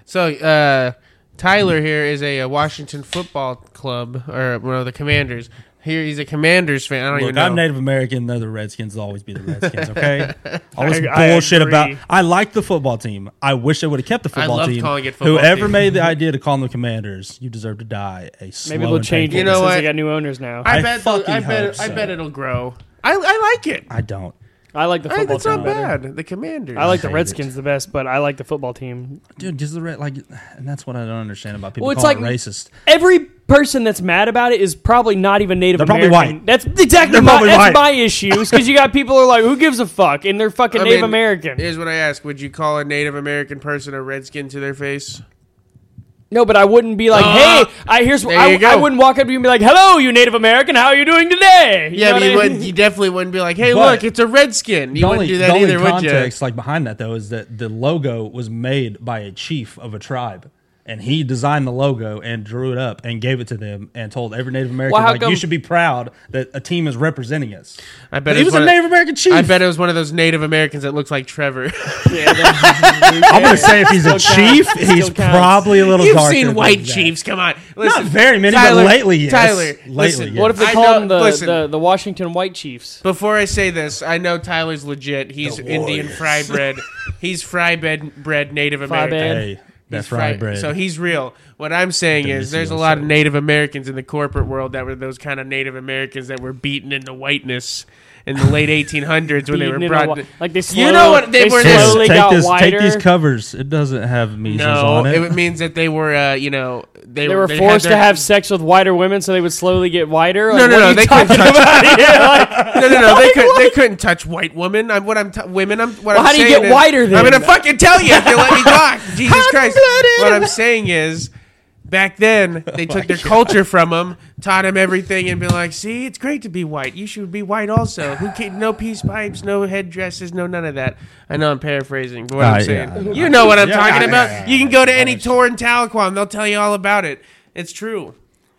S3: So uh, Tyler here is a, uh Washington football club or one of the Commanders. Here he's a Commanders fan. I don't
S5: Look,
S3: even know.
S5: I'm Native American. They're the Redskins. They'll always be the Redskins. Okay. All this
S4: I- I
S5: bullshit
S4: agree.
S5: about. I like the football team. I wish they would have kept the football
S3: love
S5: team.
S3: calling it football
S5: Whonever
S3: team.
S5: made the idea to call them the Commanders, you deserve to die. A slow
S4: Maybe they'll
S5: and
S4: change it
S5: painful
S3: You know
S4: since
S3: what?
S4: they got new owners now. I,
S3: I
S5: I
S3: bet. the-
S5: fucking
S3: I bet.
S5: hope
S3: I bet
S5: so.
S3: it'll grow. I, I like it.
S5: I don't.
S4: like the
S3: I think
S4: football
S3: it's not
S4: team. better.
S3: bad. The Commanders.
S4: I like the
S5: Hate it.
S4: Redskins the best, but I like the football team.
S5: Dude, just the red like, and that's what I don't understand about people
S4: Well, it's
S5: calling
S4: like-
S5: it racist.
S4: Every person that's mad about it is probably not even Native
S5: They're probably
S4: American.
S5: white.
S4: That's exactly
S5: They're
S4: my,
S5: probably
S4: that's
S5: white.
S4: my issue. Because you got people who are like, who gives a fuck? And they're fucking
S3: I
S4: Native
S3: mean,
S4: American.
S3: Here's what I ask: Would you call a Native American person a redskin to their face?
S4: No, but I wouldn't be like,
S3: Uh,
S4: hey, I here's
S3: there
S4: I,
S3: you go.
S4: I wouldn't walk up to you and be like, hello, you Native American, how are you doing today? You
S3: Yeah,
S4: know what I
S3: but you,
S4: mean?
S3: wouldn't, you definitely wouldn't be like, "Hey,
S5: But-
S3: look, it's a redskin." You
S5: the
S3: wouldn't
S5: only,
S3: do
S5: the
S3: that
S5: only
S3: either, would you?
S5: context like behind that though is that the logo was made by a chief of a tribe and he designed the logo and drew it up and gave it to them and told every native american
S4: Well, how
S5: like
S4: come-
S5: you should be proud that a team is representing us
S3: I bet
S5: but
S3: it
S5: he was
S3: one
S5: a
S3: of-
S5: native american chief
S3: I bet it was one of those Native Americans that looks like Trevor.
S5: i'm gonna say if he's a
S4: Still
S5: chief
S4: counts.
S5: he's
S4: Still counts.
S5: probably a little
S3: You've
S5: darker
S3: seen
S5: than
S3: white
S5: that.
S3: chiefs. Come on, listen,
S5: very many, but
S3: Tyler,
S5: lately, yes.
S3: Tyler,
S5: Lately,
S3: listen,
S5: yes.
S4: what if they
S3: I
S4: call
S3: know-
S4: them the,
S3: listen.
S4: the, the Washington White Chiefs?
S3: Before I say this, I know Tyler's legit. He's
S5: The
S3: Indian
S5: Warriors.
S3: fry bread. He's fry bed bred Native
S4: Fry
S3: American.
S4: bed.
S5: hey
S3: He's
S5: that's right bread
S3: So he's real. What I'm saying is, there's a lot of Native Americans in the corporate world that were those kind of Native Americans that were beaten into whiteness in the late 1800s when they were
S4: Beaten in a
S3: brought.
S4: wa- like they
S3: You know
S4: slow-
S3: what? They
S4: they
S3: were
S4: slow-
S5: Here,
S3: this.
S4: slowly
S5: take,
S4: got
S5: this, take
S4: wider.
S5: these covers it doesn't have measles
S3: No,
S5: on it,
S3: it. means that they were, uh, you know, they,
S4: They were
S3: they had
S4: forced
S3: their-
S4: to have sex with whiter women so they would slowly get whiter.
S3: No,
S4: Like,
S3: no,
S4: what
S3: no.
S4: are you
S3: They
S4: talking
S3: couldn't touch.
S4: about? Yeah, like-
S3: No, no, no. They couldn't. They couldn't touch white women. I'm what I'm t- women. I'm what
S4: Well,
S3: I'm
S4: how do you
S3: saying
S4: get
S3: is-
S4: whiter
S3: I'm
S4: then?
S3: gonna fucking tell you if you let me talk. Jesus Christ. What I'm saying is. Back then, they
S5: Oh
S3: took their culture from them, taught them everything, and been like, "See, it's great to be white. You should be white also. Who can No peace pipes, no headdresses, no none of that." I know I'm paraphrasing, but what
S5: Ah,
S3: I'm
S5: yeah,
S3: saying,
S5: I know.
S3: you know what I'm
S5: Yeah,
S3: talking
S5: yeah,
S3: about.
S5: yeah,
S3: you can go to any tour in Tahlequah, they'll tell you all about it. It's true.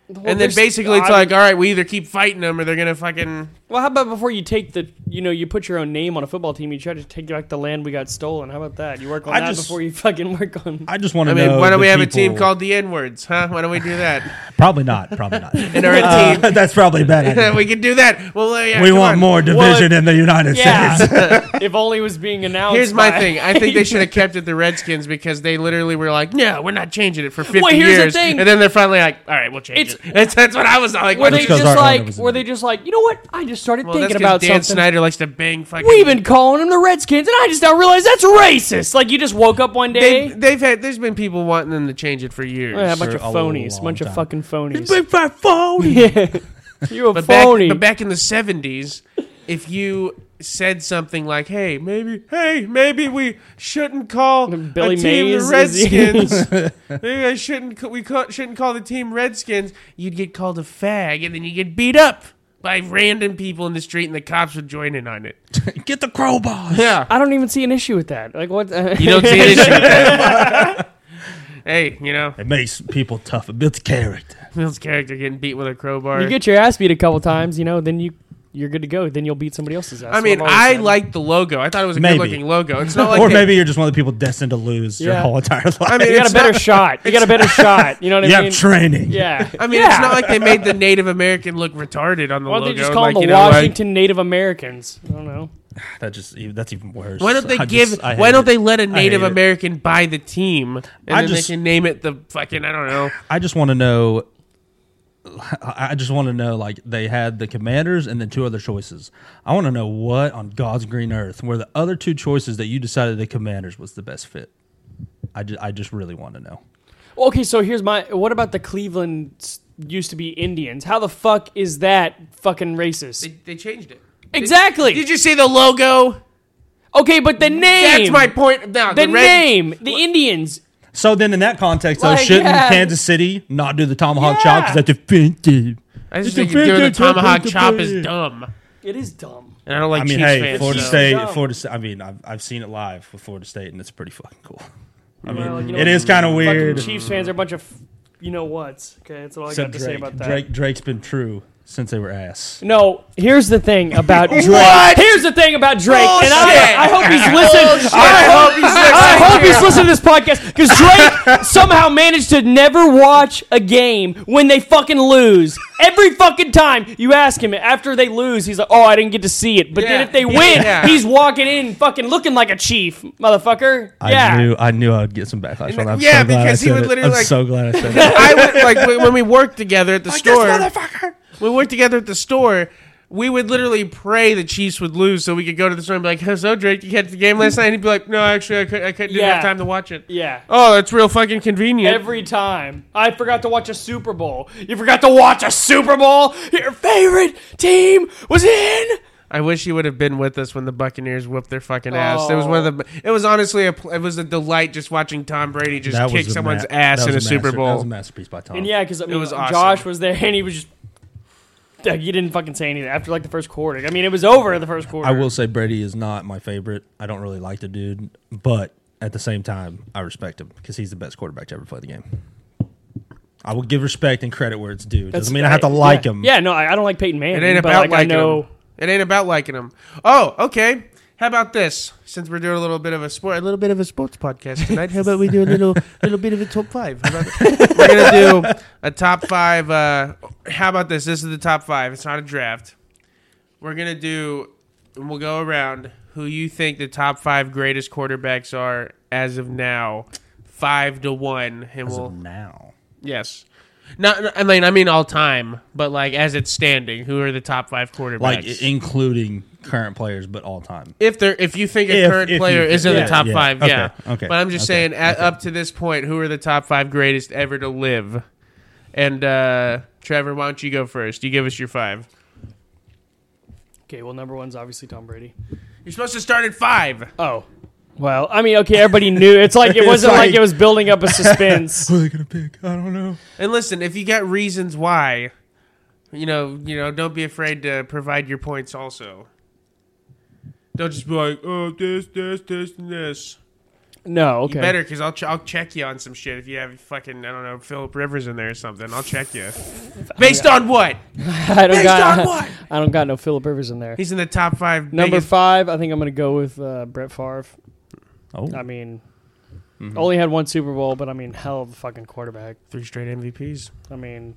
S3: and then
S4: there's-
S3: basically, it's
S4: I-
S3: like, all right, we either keep fighting them or they're gonna fucking
S4: Well, how about before you take the, you know, you put your own name on a football team, you try to take back the land we got stolen. How about that? You work on
S5: I
S4: that
S5: just-
S4: before you fucking work on.
S5: I just want to
S3: I mean,
S5: know.
S3: why don't
S5: the
S3: we have a team
S5: people-
S3: called the N words, huh? Why don't we do that?
S5: Probably not. Probably not.
S3: And our
S5: Uh,
S3: team,
S5: that's probably a bad. idea.
S3: we can do that. Well, uh, yeah,
S5: we
S3: come
S5: want
S3: on.
S5: more division in the United States.
S4: Yeah. if only it was being announced.
S3: Here's my
S4: by-
S3: thing. I think they should have kept it the Redskins because they literally were like, "No, we're not changing it for 50
S4: Well, here's the
S3: years."
S4: thing.
S3: And then they're finally like, "All right, we'll change
S4: It's-
S3: it." That's, that's what I was like.
S4: Were
S3: what-
S4: they
S5: Just 'cause
S4: just
S5: our owner
S4: like?
S5: was in
S4: Were
S5: there.
S4: they just like? You know what? I just started
S3: well, that's
S4: thinking
S3: 'cause
S4: about
S3: Dan
S4: something.
S3: Snyder likes to bang fucking.
S4: We've been calling them the Redskins, and I just now realized that's racist. Like you just woke up one day.
S3: They, they've had. There's been people wanting them to change it for years.
S4: Yeah, a bunch
S5: for
S4: of
S5: a
S4: phonies,
S5: long
S4: bunch of
S5: time.
S4: fucking phonies.
S5: phone.
S4: you a
S3: But back,
S4: phony.
S3: but back in the 70s, if you said something like, "Hey, maybe, hey, maybe we shouldn't call
S4: Billy
S3: a team
S4: Mays is-
S3: the Redskins. maybe I shouldn't ca- we ca- shouldn't call the team Redskins. You'd get called a fag, and then you get beat up by random people in the street, and the cops would join in on it.
S5: Get the crowbar.
S3: Yeah,
S4: I don't even see an issue with that. Like what?
S3: you don't see an issue with that. hey, you know,
S5: It makes people tough. It builds character.
S3: Bill's character getting beat with a crowbar.
S4: you get your ass beat a couple times, you know, then you you're good to go. Then you'll beat somebody else's ass.
S3: I mean,
S4: I've always
S3: I
S4: said.
S3: like the logo. I thought it was a
S5: Maybe.
S3: good-looking logo. It's not like
S5: or
S3: they-
S5: maybe you're just one of the people destined to lose your
S4: Yeah.
S5: whole entire life.
S3: mean,
S4: you got
S3: it's
S4: a better
S3: not-
S4: shot. You got a better shot. You know what
S5: you
S4: I
S5: have
S4: mean?
S5: training.
S4: yeah.
S3: I mean,
S4: yeah.
S3: it's not like they made the Native American look retarded on the
S4: Why don't
S3: logo.
S4: they just call
S3: like,
S4: them
S3: you
S4: the
S3: know, like-
S4: Washington Native Americans? I don't know.
S5: That just e- that's even worse.
S3: why don't they
S5: I
S3: give?
S5: just- I
S3: why
S5: hate
S3: don't
S5: it.
S3: they let a Native
S5: hate it.
S3: American buy the team, and
S5: I
S3: then
S5: just-
S3: they can name it the fucking I don't know.
S5: I just want to know. I I just want to know, like they had the commanders and then two other choices. I want to know what on God's green earth were the other two choices that you decided the commanders was the best fit. I just, I just really want to know.
S4: Well, Okay, so here's my. What about the Cleveland s- used to be Indians? How the fuck is that fucking racist?
S3: They, they changed it.
S4: exactly.
S3: Did you see the logo?
S4: okay, but the name.
S3: That's my point. Now
S4: The,
S3: the, red-
S4: name. The Indians.
S5: So then, in that context,
S4: Like,
S5: though, shouldn't
S4: yeah.
S5: Kansas City not do the tomahawk
S4: Yeah.
S5: chop because that's offensive?
S3: I just
S5: It's
S3: think doing the
S5: offensive to
S3: tomahawk
S5: the
S3: chop
S5: player.
S3: is dumb,
S4: It is dumb.
S3: and I don't like
S5: I mean,
S3: Chiefs
S5: hey,
S3: fans.
S5: Florida
S3: so-
S5: State,
S4: dumb.
S5: Florida State. I mean, I've, I've seen it live with Florida State, and it's pretty fucking cool.
S4: I mean, you know
S5: It
S4: what?
S5: is
S3: Mm.
S5: kind of
S4: Fucking
S5: weird.
S4: Chiefs fans are a bunch of, f- you know what's. Okay, that's all I
S5: Except
S4: got to say
S5: Drake.
S4: about that.
S5: Drake, Drake's been true since they were ass.
S4: No, here's the thing about Drake.
S3: What?
S4: Here's the thing about Drake, and
S3: Bullshit.
S4: I, I hope he's listening.
S3: Bullshit.
S4: I
S3: I
S4: hope
S3: hope
S4: he's
S3: he's
S4: listening. I hope he's listening to this podcast because Drake somehow managed to never watch a game when they fucking lose. Every fucking time you ask him after they lose, he's like, "Oh, I didn't get to see it." But then
S3: Yeah.
S4: if they
S3: Yeah.
S4: win,
S3: Yeah.
S4: he's walking in fucking looking like a chief, motherfucker. yeah.
S5: I knew I knew I'd get some backlash on that. I'm
S3: Yeah,
S5: so glad I
S3: because he
S5: said
S3: would
S5: it.
S3: literally,
S5: I'm
S3: like-
S5: so glad I said that.
S3: I would, like when when we worked together at the store. we worked together at the store. We would literally pray the Chiefs would lose so we could go to the store and be like, "Hey, "So Drake, you catch the game last night?" And he'd be like, "No, actually, I, could, I couldn't, didn't
S4: Yeah.
S3: have time to watch it."
S4: Yeah.
S3: Oh, that's real fucking convenient.
S4: Every time. I forgot to watch a Super Bowl. You forgot to watch a Super Bowl? Your favorite team was in?
S3: I wish you would have been with us when the Buccaneers whooped their fucking ass. It was one of
S4: Oh.
S3: the. It was honestly a. pl- It was a delight just watching Tom Brady just
S5: That
S3: kick
S5: a
S3: someone's
S5: ma-
S3: ass
S5: that
S3: in a
S5: was
S3: Super
S5: master- That was
S3: Bowl.
S5: a masterpiece by Tom.
S4: And yeah, because I mean,
S3: was
S4: Josh
S3: awesome.
S4: was there and he was just. Like, he didn't fucking say anything after like the first quarter. I mean, it was over the first quarter.
S5: I will say Brady is not my favorite. I don't really like the dude, but at the same time, I respect him because he's the best quarterback to ever play the game. I will give respect and credit where it's due. Doesn't
S4: That's-
S5: mean I have to like
S4: yeah.
S5: him.
S4: Yeah, no, I, I don't like Peyton Manning.
S3: It ain't
S4: but,
S3: about
S4: like,
S3: liking
S4: I know.
S3: him. It ain't about liking him. Oh, okay. How about this? Since we're doing a little bit of a sport, a little bit of a sports podcast tonight, how about we do a little, little bit of a top five? How about- we're gonna do a top five. Uh, how about this? This is the top five. It's not a draft. We're gonna do, and we'll go around who you think the top five greatest quarterbacks are as of now, five to one, and
S5: As
S3: we'll
S5: of now.
S3: Yes. Not, I mean, I mean all time, but like as it's standing, who are the top five quarterbacks?
S5: Like i- including current players, but all time.
S3: if they're if you think a
S5: If-
S3: current
S5: if
S3: player
S5: you-
S3: is in
S5: yeah,
S3: the top
S5: yeah.
S3: five,
S5: Okay,
S3: yeah.
S5: okay,
S3: But I'm just
S5: okay,
S3: saying, a- up to this point, who are the top five greatest ever to live? And uh Trevor, why don't you go first? You give us your five.
S4: Okay, well, number one's obviously Tom Brady.
S3: You're supposed to start at five.
S4: Oh. Well, I mean, okay, everybody knew. It's like it
S5: It's
S4: wasn't like
S5: like-
S4: it was building up a suspense.
S5: Who are they gonna pick? I don't know.
S3: And listen, if you got reasons why, you know, you know, don't be afraid to provide your points. Also, don't just be like, oh, this, this, this, and this.
S4: no, okay.
S3: Better because I'll ch- I'll check you on some shit if you have fucking I don't know Philip Rivers in there or something. I'll check you. Based on what?
S4: I don't
S3: Based
S4: got.
S3: on what?
S4: I don't got no Philip Rivers in there.
S3: He's in the top five.
S4: Number
S3: biggest-
S4: five, I think I'm going to go with uh, Brett Favre.
S5: Oh,
S4: I mean, only had one Super Bowl, but I mean, hell of a fucking quarterback.
S3: three straight MVPs.
S4: I mean,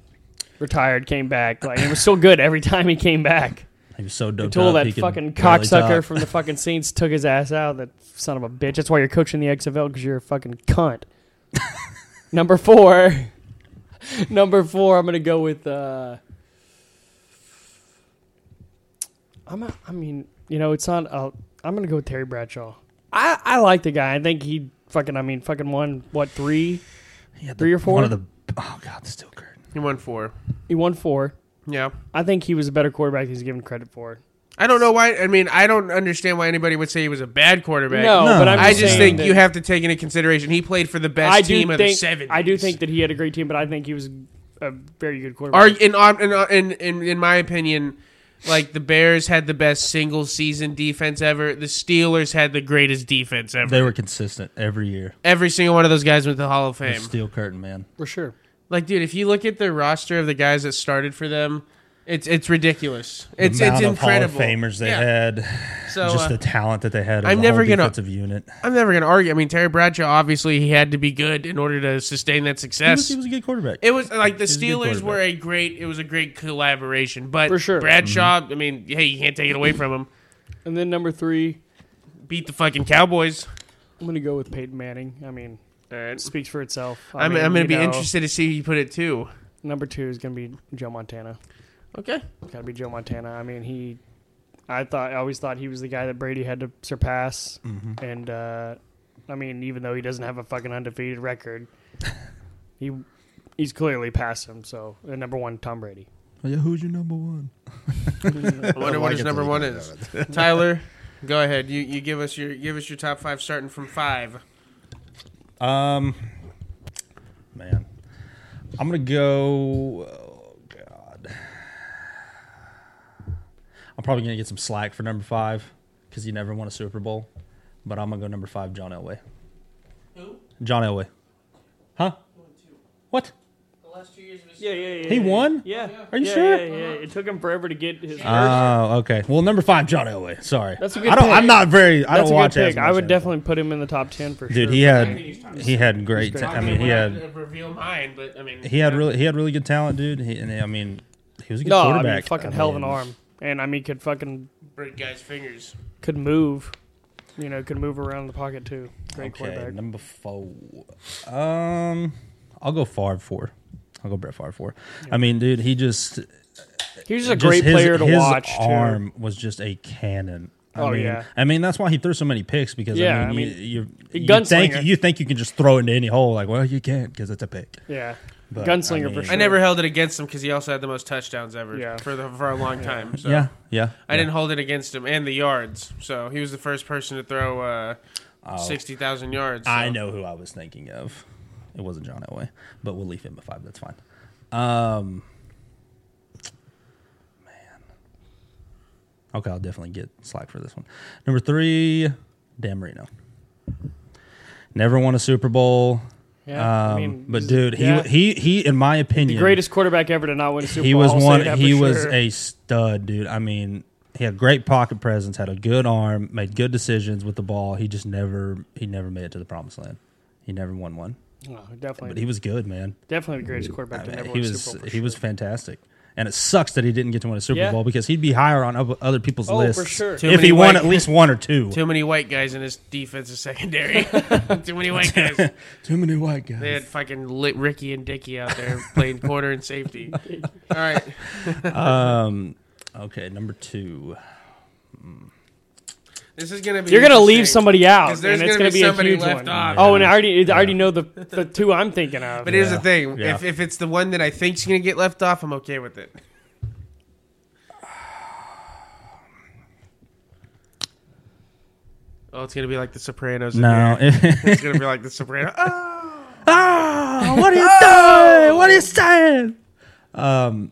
S4: retired, came back, like he was still good every time he came back.
S5: he was so dope.
S4: Until that fucking cocksucker from the fucking Saints took his ass out. That son of a bitch. That's why you're coaching the XFL because you're a fucking cunt. number four, number four. I'm gonna go with. Uh, I'm. A, I mean, you know, it's not. i I'm gonna go with Terry Bradshaw. I I like the guy. I think he fucking. I mean, fucking won what three? three or four?
S5: One of the. Oh god, this still curtain.
S3: He won four.
S4: He won four.
S3: Yeah.
S4: I think he was a better quarterback than he's given credit for.
S3: I don't know why. I mean, I don't understand why anybody would say he was a bad quarterback.
S4: No,
S5: No.
S4: but I'm
S3: I just
S4: saying
S3: think
S4: that
S3: you have to take into consideration he played for the best
S4: I do
S3: team of
S4: think
S3: the 70s.
S4: I do think that he had a great team, but I think he was a very good quarterback.
S3: Are in um, in uh, in in, in my opinion, like the Bears had the best single season defense ever. The Steelers had the greatest defense ever.
S5: They were consistent every year.
S3: Every single one of those guys went to the Hall of Fame.
S5: Steel curtain, man.
S4: for sure.
S3: Like, dude, if you look at the roster of the guys that started for them, it's it's ridiculous. It's
S5: the
S3: it's
S5: amount of
S3: incredible.
S5: Hall of Famers they
S3: Yeah.
S5: had,
S3: So,
S5: just
S3: uh,
S5: the talent that they had. as
S3: I'm
S5: a
S3: never
S5: whole
S3: gonna-
S5: defensive unit.
S3: I'm never gonna argue. I mean, Terry Bradshaw obviously he had to be good in order to sustain that
S5: He was,
S3: success.
S5: he was a good quarterback.
S3: it was like the
S5: a good
S3: Steelers were a
S5: quarterback.
S3: great. It was a great collaboration, but
S4: For sure.
S3: Bradshaw.
S5: Mm-hmm.
S3: I mean, hey, you can't take it away from him.
S4: And then number three,
S3: Beat the fucking Cowboys.
S4: I'm gonna go with Peyton Manning. I mean, it speaks for itself. I
S3: I'm,
S4: mean,
S3: I'm going
S4: you
S3: to be
S4: know,
S3: interested to see who you put it to.
S4: Number two is gonna be Joe Montana.
S3: Okay.
S4: Got to be Joe Montana. I mean, he. I thought I always thought he was the guy that Brady had to surpass,
S3: Mm-hmm.
S4: and uh, I mean, even though he doesn't have a fucking undefeated record, he he's clearly past him. So uh, number one, Tom Brady.
S5: yeah, who's your number one?
S3: I wonder what his number one is. Tyler, go ahead. You you give us your give us your top five starting from five.
S5: Um, man, I'm gonna go. Oh God, I'm probably gonna get some slack for number five because you never won a Super Bowl, but I'm gonna go number five, John Elway. Who? John Elway. Huh? What?
S4: Yeah, yeah, yeah.
S5: He won?
S4: Yeah.
S5: Are you sure?
S4: It took him forever to get his.
S5: Oh, okay. Well, number five, John Elway. Sorry,
S4: That's a good
S5: I don't.
S4: pick.
S5: I'm not very.
S4: That's
S5: I don't
S4: a good
S5: watch as
S4: pick. I
S5: much
S4: would
S5: NFL.
S4: definitely put him in the top ten for sure.
S5: Dude, he had he had great. ta- I mean, he had
S3: reveal mine, but I mean
S5: He had really he had really good talent, dude. He, and I mean, he was a good
S4: no, I
S5: quarterback.
S4: mean, fucking
S5: I
S4: hell of an
S5: mean,
S4: arm, and I mean, could fucking
S3: break guys' fingers.
S4: could move, you know, could move around the pocket too. Great
S5: Okay,
S4: quarterback.
S5: number four. Um, I'll go Favre four. I'll go Brett Favre four. I mean, dude, he just,
S4: He's just a
S5: just
S4: great
S5: his,
S4: player to
S5: his
S4: watch. too.
S5: Arm was just a cannon. I
S4: Oh,
S5: mean,
S4: yeah.
S5: I mean that's why he threw so many picks because
S4: Yeah,
S5: I
S4: I
S5: mean,
S4: mean,
S5: you, you, you
S4: gunslinger.
S5: think you think you can just throw it into any hole like well you can't because it's a pick.
S4: Yeah,
S5: But,
S4: gunslinger
S5: I
S4: for
S5: mean-
S4: sure.
S3: I never held it against him because he also had the most touchdowns ever
S4: Yeah.
S3: for the, for a long time. So
S5: Yeah, yeah.
S3: I didn't hold it against him and the yards. So he was the first person to throw uh, sixty thousand yards. so.
S5: Oh. I know who I was thinking of. It wasn't John Elway, but we'll leave him at five. That's fine. Um, man. Okay, I'll definitely get slack for this one. Number three, Dan Marino. Never won a Super Bowl.
S4: Yeah, I
S5: um,
S4: mean,
S5: but
S4: he's-
S5: dude, he
S4: yeah.
S5: he he, in my opinion,
S4: the greatest quarterback ever to not win a Super
S5: he
S4: Bowl.
S5: was
S4: I'll say
S5: one.
S4: that
S5: He
S4: for
S5: was
S4: sure.
S5: a stud, dude. I mean, he had great pocket presence, had a good arm, made good decisions with the ball. He just never, he never made it to the promised land. He never won one,
S4: Oh,
S5: but
S4: definitely,
S5: he was good, man.
S4: definitely the greatest quarterback
S5: I
S4: to
S5: mean,
S4: never
S5: he
S4: win a
S5: was,
S4: Super Bowl. for
S5: he
S4: sure.
S5: was fantastic. And it sucks that he didn't get to win a Super
S4: Yeah.
S5: Bowl because he'd be higher on oth- other people's
S4: Oh,
S5: lists
S4: for sure.
S3: Too
S5: if
S3: many
S5: he won
S3: white-
S5: at least one or two.
S3: Too many white guys in his defensive secondary. Too many white guys.
S5: Too many white
S3: They had
S5: guys.
S3: fucking lit Ricky and Dicky out there playing corner and safety. All right.
S5: Um, okay, number two.
S3: This is gonna be
S4: You're gonna leave
S3: interesting.
S4: somebody out,
S3: 'Cause
S4: and
S3: there's
S4: it's gonna,
S3: gonna be
S4: be a
S3: somebody
S4: huge
S3: left
S4: one.
S3: off.
S4: Oh, and I already, I already know the the two I'm thinking of.
S3: But here's
S5: Yeah.
S3: the thing:
S5: Yeah.
S3: if, if it's the one that I think's gonna get left off, I'm okay with it. Oh, it's gonna be like The Sopranos. in
S5: No,
S3: here. it's gonna be like The Sopranos. Oh,
S5: Ah, what are you doing? What are you saying? Um,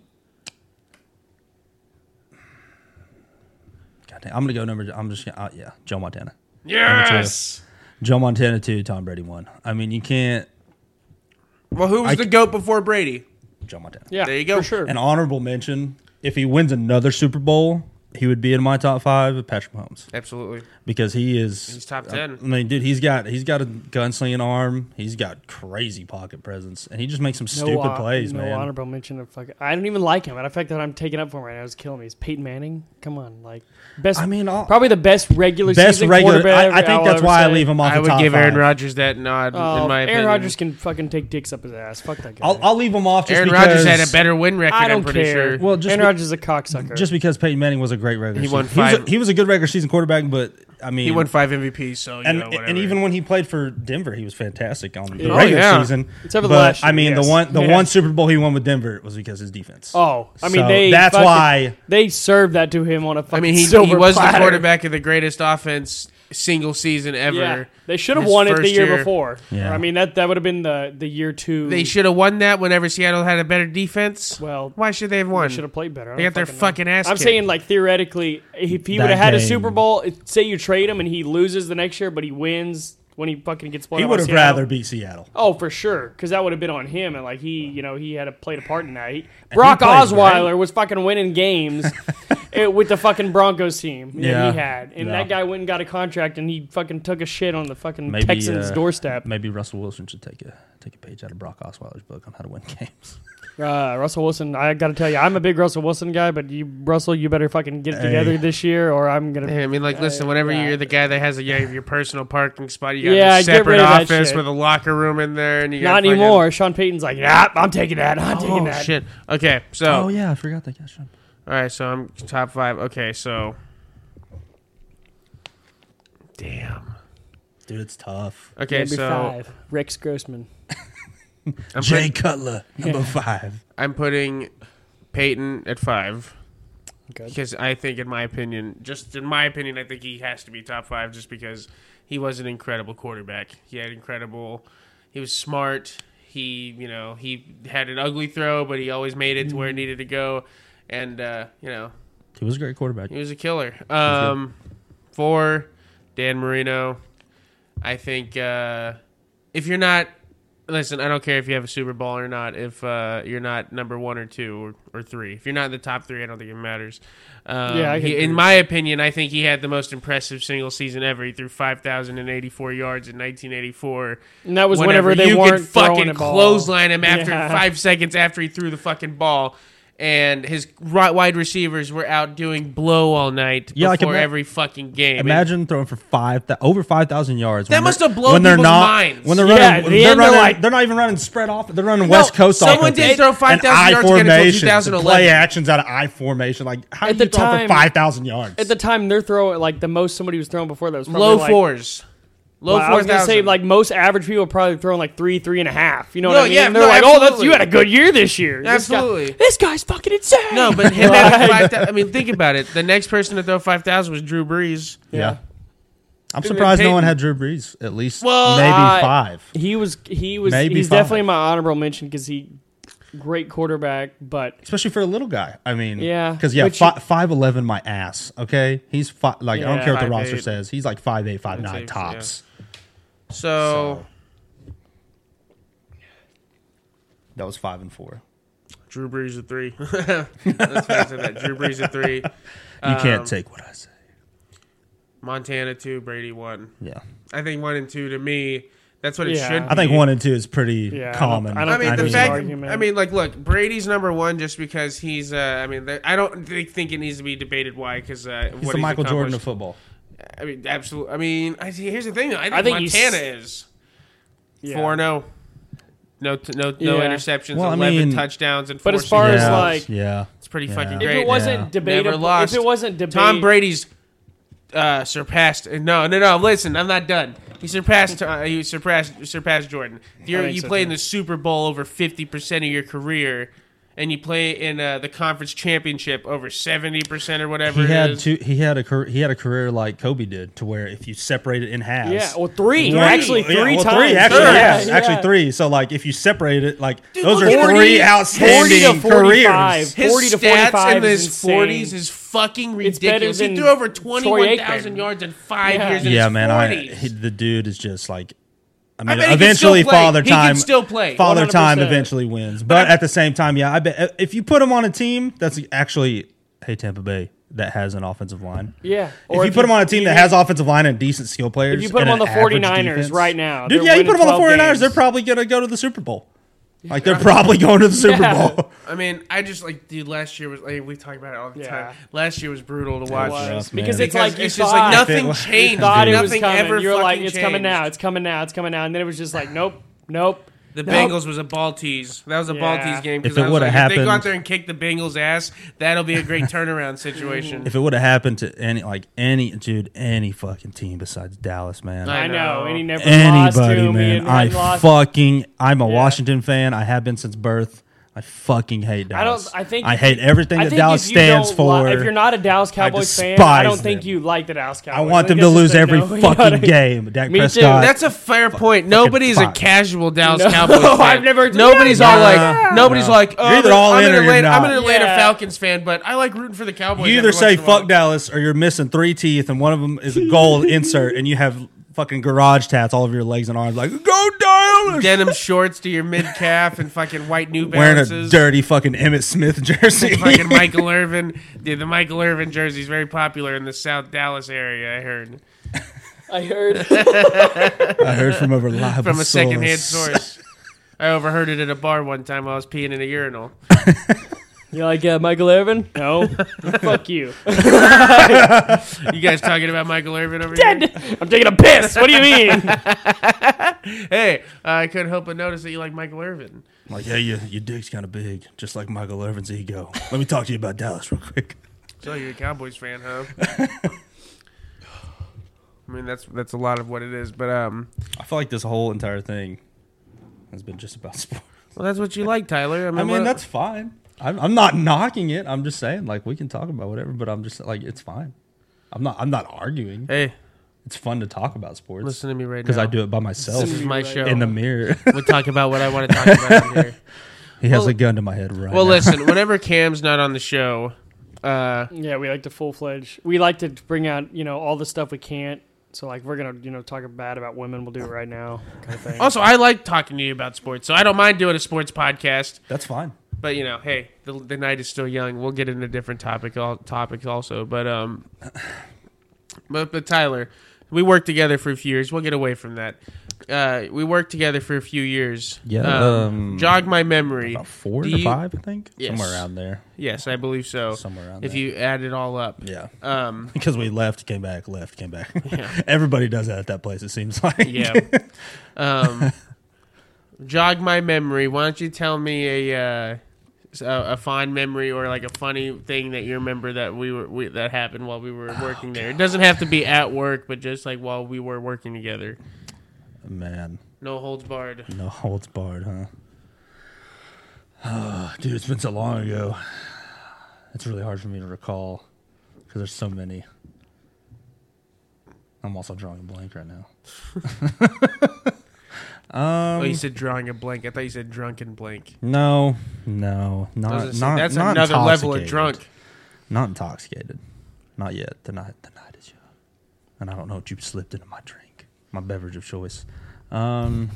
S5: God damn, I'm gonna go number. I'm just gonna uh, yeah, Joe Montana.
S3: yes.
S5: Joe Montana two, Tom Brady one. I mean, you can't
S3: Well, who was
S5: I-
S3: the goat before Brady?
S5: Joe Montana.
S4: yeah,
S3: There you go.
S4: For sure.
S5: An honorable mention. If he wins another Super Bowl, he would be in my top five. Patrick Mahomes
S3: Absolutely.
S5: because he is
S3: He's top
S5: I-
S3: 10.
S5: I mean, dude, he's got he's got a gunslinging arm. He's got crazy pocket presence, and he just makes some stupid
S4: hon-
S5: plays,
S4: no
S5: man.
S4: honorable mention of fucking. I don't even like him. And the fact that I'm taking up for him right now is killing me. Is Peyton Manning? Come on, like best.
S5: I mean, all-
S4: probably the best regular
S5: best
S4: season
S5: regular.
S4: quarterback.
S5: I, I think that's why I leave him off.
S3: I
S5: the
S3: would
S5: top
S3: give Aaron
S5: five.
S3: Rodgers that nod.
S4: Oh,
S3: in my opinion.
S4: Aaron Rodgers can fucking take dicks up his ass. Fuck that guy.
S5: I'll, I'll leave him off. Just
S3: Aaron
S5: because,
S3: Rodgers had a better win record.
S4: I don't
S3: am pretty
S4: care.
S3: sure.
S5: Well, just
S4: Aaron
S5: be-
S4: Rodgers is a cocksucker.
S5: just because Peyton Manning was a great regular.
S3: He
S5: season.
S3: won
S5: was a- He
S3: five-
S5: was, a, good regular season quarterback, but I mean,
S3: He won five MVPs, so you
S5: and,
S3: know, whatever.
S5: and even when he played for Denver, he was fantastic on the
S4: Yeah.
S3: Oh,
S5: regular
S3: yeah.
S5: season.
S4: Except for the
S5: but,
S4: last year,
S5: I mean,
S4: yes.
S5: the one the
S4: Yeah.
S5: one Super Bowl he won with Denver was because his defense.
S4: Oh, I mean,
S5: So
S4: they.
S5: that's
S4: fucking-
S5: why-
S4: they served that to him on a fucking
S3: I mean, he,
S4: silver
S3: he was
S4: platter.
S3: the quarterback of the greatest offense single season ever.
S4: Yeah, they should have
S3: His
S4: won it the
S3: first
S4: year,
S3: year.
S4: before.
S5: Yeah.
S4: I mean that that would have been the the year two.
S3: They should have won that whenever Seattle had a better defense.
S4: Well,
S3: why should they have won?
S4: should have played better. I
S3: They
S4: don't
S3: got their
S4: know.
S3: fucking ass
S4: I'm
S3: kicked.
S4: saying like theoretically, if he
S5: That
S4: would have had a
S5: game-
S4: Super Bowl, it- say you trade him and he loses the next year, but he wins when he fucking gets blown.
S5: he
S4: out by
S5: would have
S4: Seattle.
S5: rather beat Seattle.
S4: Oh, for sure, because that would have been on him, and like he, you know, he had a played a part in that. He, Brock
S5: played,
S4: Osweiler
S5: right?
S4: was fucking winning games eh, with the fucking Broncos team
S5: Yeah.
S4: that he had, and
S5: Yeah.
S4: that guy went and got a contract, and he fucking took a shit on the fucking
S5: Maybe,
S4: Texans
S5: uh,
S4: doorstep.
S5: Maybe Russell Wilson should take a take a page out of Brock Osweiler's book on how to win games.
S4: Uh, Russell Wilson, I got to tell you, I'm a big Russell Wilson guy, but you, Russell, you better fucking get it together
S5: Hey.
S4: this year, or I'm gonna.
S3: I mean, like, listen. Whenever you're the guy that has a, you have your personal parking spot, you got
S4: Yeah,
S3: a
S4: get rid
S3: separate
S4: of that
S3: office
S4: shit.
S3: with a locker room in there, and you got
S4: Not
S3: fucking-
S4: anymore. Sean Payton's like, yeah, I'm taking that. I'm taking
S3: Oh
S4: that.
S3: shit. Okay, so
S5: Oh yeah, I forgot that guy. Sean.
S3: all right, so I'm top five. Okay, so damn.
S5: Dude, it's tough.
S3: Okay,
S4: Number
S3: so
S4: five, Rex Grossman.
S3: I'm put-
S5: Jay Cutler, number five.
S3: I'm putting Peyton at five.
S4: Okay.
S3: Because I think, in my opinion, just in my opinion, I think he has to be top five just because he was an incredible quarterback. He had incredible, he was smart. He, you know, he had an ugly throw, but he always made it to where it needed to go. And, uh, you know,
S5: He was a great quarterback.
S3: he was a killer. Um, for Dan Marino, I think uh, if you're not, listen, I don't care if you have a Super Bowl or not. If uh, you're not number one or two or, or three, if you're not in the top three, I don't think it matters. Um,
S4: Yeah, I
S3: he-
S4: could
S3: in
S4: agree.
S3: my opinion, I think he had the most impressive single season ever. He threw five thousand and eighty-four yards in 1984.
S4: And that was whenever, they
S3: you
S4: weren't
S3: could
S4: throwing
S3: fucking
S4: a ball.
S3: clothesline him after
S4: Yeah.
S3: five seconds after he threw the fucking ball, and his right wide receivers were out doing blow all night
S5: Yeah, like,
S3: before
S5: ima-
S3: every fucking game. And
S5: Imagine throwing for five thou- over five thousand yards.
S3: That
S5: when
S3: must
S5: they're-
S3: have blown
S5: when they're
S3: people's
S5: not,
S3: minds.
S5: When they're
S4: Yeah,
S5: running,
S4: at the
S5: they're,
S4: end, they're
S5: running
S4: like-
S5: they're not even running spread off. They're running West Coast.
S3: someone
S5: offense.
S3: did
S5: They-
S3: throw
S5: and
S3: 5,000
S5: I
S3: yards again until
S5: formations,
S3: 2011.
S5: Play actions out of I formation. Like how
S4: At
S5: do
S4: the
S5: you throw
S4: time-
S5: for five thousand yards?
S4: At the time, they're throwing like the most somebody was throwing before that was probably
S3: low
S4: like,
S3: fours, low
S4: Well, I
S3: four
S4: was gonna say
S3: thousand.
S4: like most average people are probably throwing like three, three and a half. You know
S3: No,
S4: what I mean?
S3: yeah,
S4: And they're
S3: no,
S4: like, oh, that's
S3: absolutely.
S4: you had a good year this year. This guy-
S3: Absolutely.
S4: this guy's fucking insane.
S3: no, but him having five thou- I mean, think about it. The next person to throw five thousand was Drew Brees.
S5: yeah. I'm surprised no
S3: Peyton-
S5: one had Drew Brees. At least
S3: Well,
S5: maybe
S4: I-
S5: five.
S4: he was he was
S5: Maybe
S4: he's
S5: five.
S4: definitely my honorable mention because he great quarterback, but
S5: especially for a little guy. I mean,
S4: Yeah,
S5: because yeah,
S4: but you-
S5: fi- five eleven, my ass. Okay, he's five. Like I
S4: Yeah.
S5: don't care what the
S3: 5'8".
S5: roster says, he's like five eight, five nine
S3: That's it,
S5: tops.
S3: So,
S5: That was five and four.
S3: Drew Brees at three. That's why I said that. Drew Brees at three.
S5: You
S4: Um,
S5: can't take what I say.
S3: Montana two. Brady one.
S5: Yeah,
S3: I think one and two to me. That's what it
S4: Yeah.
S3: should.
S5: I think
S3: be.
S5: one and two is pretty
S4: Yeah, I don't-
S5: common.
S4: I don't
S3: I mean,
S4: think
S3: the
S4: there's an
S3: fact.
S4: argument.
S3: I mean, like, look, Brady's number one just because he's. Uh, I mean, the, I don't thi- think it needs to be debated why because uh,
S5: he's
S3: what
S5: the
S3: he's
S5: Michael Jordan of
S3: accomplished.
S5: football.
S3: I mean, absolutely. I mean, I, see- here's the thing. though. I think,
S4: I think he's-
S3: Montana is
S4: yeah.
S3: four zero. No, t- no, no
S4: Yeah.
S3: interceptions.
S5: Well, I
S3: Eleven
S5: mean-
S3: touchdowns and. Four
S4: But as far as,
S3: sacks.
S5: yeah,
S4: like-
S5: yeah,
S3: it's pretty
S5: yeah.
S3: fucking
S5: If
S4: if
S3: great.
S4: it wasn't
S5: Yeah.
S4: debatable,
S3: Never lost.
S4: if it wasn't debatable,
S3: Tom Brady's uh, surpassed. No, no, no. Listen, I'm not done. He surpassed. Uh, he surpassed. Surpassed Jordan. You're,
S4: think
S3: you
S4: so,
S3: play
S4: too.
S3: in the Super Bowl over 50 percent of your career, and you play in uh, the conference championship over 70 percent or whatever.
S5: he
S3: it
S5: had
S3: is.
S5: two. He had a career, he had a career like Kobe did, to where if you separate it in halves,
S4: yeah, well, three,
S5: One-
S4: actually,
S5: yeah,
S4: three
S5: well,
S4: times,
S5: Three, actually,
S3: Sure.
S5: yeah,
S4: Yeah,
S5: actually
S4: yeah.
S5: three. So like, if you separate it, like those
S3: look
S5: are
S3: at- 40
S5: three
S4: 40 to
S5: outstanding careers.
S4: 45.
S3: His
S4: 40 to
S3: stats
S4: 45
S3: in
S4: is
S3: his
S4: insane.
S3: 40s is fucking
S4: It's better
S3: ridiculous. He
S4: than
S3: threw over
S4: Troy
S3: 21,000
S4: Aikman.
S3: yards in five
S4: Yeah.
S3: years. In
S5: yeah,
S3: his
S5: man.
S3: 40s.
S5: I, he, the dude is just like, I
S3: I
S5: mean,
S3: bet he can still
S5: eventually
S3: play.
S5: father
S3: He can
S5: time
S3: still play.
S5: Father time
S4: 100%.
S5: eventually wins, but at the same time, yeah, I bet if you put him on a team that's actually, hey, Tampa Bay that has an offensive line.
S4: yeah.
S5: if you put him on a team that has offensive line and decent skill players,
S4: you put
S5: and
S4: him on
S5: an
S4: the
S5: average
S4: 49ers
S5: defense-
S4: right now,
S5: dude.
S4: they're
S5: Yeah, you put
S4: winning
S5: him on the
S4: 12
S5: 49ers, they're
S4: games.
S5: probably gonna go to the Super Bowl. Like they're probably going to the Super
S4: Yeah.
S5: Bowl.
S3: I mean, I just like, dude, last year was, like, we talk about it all the
S4: Yeah.
S3: time. Last year was brutal to
S5: It
S3: watch.
S5: was.
S4: was
S5: man.
S4: because it's
S3: Because
S4: like you
S3: it's
S4: thought,
S3: just like
S5: If
S3: nothing
S5: it was-
S3: changed.
S4: thought it was
S3: nothing
S4: coming.
S3: ever
S4: You're like,
S3: fucking
S4: it's coming
S3: changed.
S4: now. It's coming now. It's coming now. And then it was just like, nope, nope,
S3: The Bengals was a ball tease. That was a ball
S4: Yeah.
S3: tease game. 'cause
S5: If it
S3: I was
S5: would've
S3: like, if they go out
S5: happened-
S3: there and kick the Bengals' ass, that'll be a great turnaround situation.
S5: If it would have happened to any, like any dude, any fucking team besides Dallas, man.
S3: I
S4: I know,
S3: know.
S4: and he never lost to
S5: Anybody,
S4: him. He
S5: man.
S4: hadn't
S5: I
S4: lost.
S5: fucking, I'm a
S4: Yeah.
S5: Washington fan. I have been since birth. I fucking hate
S4: I don't-
S5: Dallas.
S4: I think-
S5: I hate everything
S4: I
S5: that
S4: think
S5: Dallas
S4: if you don't
S5: stands
S4: li-
S5: for.
S4: if you're not a Dallas Cowboys fan, I
S5: despise
S4: don't think
S5: them.
S4: you like the Dallas Cowboys.
S5: I want them
S4: think
S5: to
S4: it's
S5: lose
S4: just a
S5: every
S4: no. We gotta-
S5: fucking game. Dak
S4: Me too.
S5: Prescott.
S4: That's-
S3: That's a fair point. Nobody's a
S5: fuck.
S3: casual Dallas
S4: No.
S3: Cowboys fan.
S4: I've never-
S3: Nobody's
S4: Yeah,
S3: all
S5: yeah.
S3: like. Nobody's
S5: No.
S3: like. Oh,
S5: You're either all
S3: I'm
S5: in
S3: an
S5: or you're
S3: Atlanta, I'm an
S5: not.
S3: Atlanta
S4: Yeah.
S3: Falcons fan, but I like rooting for the Cowboys.
S5: you
S3: every
S5: either say
S3: once in a while.
S5: fuck Dallas or you're missing three teeth, and one of them is a gold insert, and you have fucking garage tats all over your legs and arms, like go Dallas.
S3: denim shorts to your mid calf and fucking white New
S5: Wearing
S3: Balances.
S5: a dirty fucking Emmett Smith jersey.
S3: fucking Michael Irvin. Dude, the Michael Irvin jersey is very popular in the South Dallas area, I heard.
S4: I heard.
S5: I heard from a reliable
S3: From a secondhand
S5: source.
S3: source. I overheard it at a bar one time while I was peeing in a urinal.
S4: You like uh, Michael Irvin? No. Fuck you.
S3: You guys talking about Michael Irvin over here?
S4: I'm taking a piss. What do you mean?
S3: Hey, I couldn't help but notice that you like Michael Irvin.
S5: Like, yeah, your, your dick's kind of big, just like Michael Irvin's ego. Let me talk to you about Dallas real quick.
S3: So you're a Cowboys fan, huh? I mean that's that's a lot of what it is, but um,
S5: I feel like this whole entire thing has been just about sports.
S3: well that's what you like, Tyler. I mean,
S5: I mean,
S3: what-
S5: that's fine. I'm, I'm not knocking it. I'm just saying, like, we can talk about whatever, but I'm just like, it's fine. I'm not. I'm not arguing.
S3: hey,
S5: It's fun to talk about sports.
S3: listen to me right now
S5: because I do it by myself
S3: This is my show.
S5: in the mirror.
S3: We'll talk about what I want to talk about on here.
S5: he has
S3: Well-
S5: a gun to my head right
S3: Well,
S5: now.
S3: listen, whenever Cam's not on the show, uh,
S4: Yeah, we like to full fledged. We like to bring out you know all the stuff we can't. So like we're gonna you know talk bad about women. We'll do it right now. Kind of thing.
S3: also I like talking to you about sports, so I don't mind doing a sports podcast.
S5: That's fine.
S3: But you know, hey, the, the night is still young. We'll get into different topic all, topics also. But um, but but Tyler, we worked together for a few years. We'll get away from that. Uh, we worked together for a few years.
S5: Yeah, um,
S3: jog my memory.
S5: About four
S3: Do
S5: to
S3: you-
S5: five, I think.
S3: Yes.
S5: Somewhere around there.
S3: Yes, I believe so.
S5: Somewhere around
S3: If
S5: there.
S3: you add it all up.
S5: Yeah.
S3: Um.
S5: Because we left, came back, left, came back.
S3: Yeah.
S5: Everybody does that at that place. It seems like.
S3: Yeah. um, jog my memory. Why don't you tell me a uh, s- a, a fond memory or like a funny thing that you remember that we were we, that happened while we were working there? It doesn't have to be at work, but just like while we were working together.
S5: Man,
S3: No holds barred.
S5: no holds barred, huh? Ah, Dude, it's been so long ago. It's really hard for me to recall because there's so many. I'm also drawing a blank right now.
S3: oh, you said drawing a blank. I thought you said drunken blank.
S5: No, no,
S3: I was
S5: not,
S3: gonna say,
S5: not
S3: that's
S5: not
S3: another level of
S5: intoxicated.
S3: drunk.
S5: Not intoxicated, not yet. The night, the night is young, and I don't know what you slipped into my drink, my beverage of choice. Um,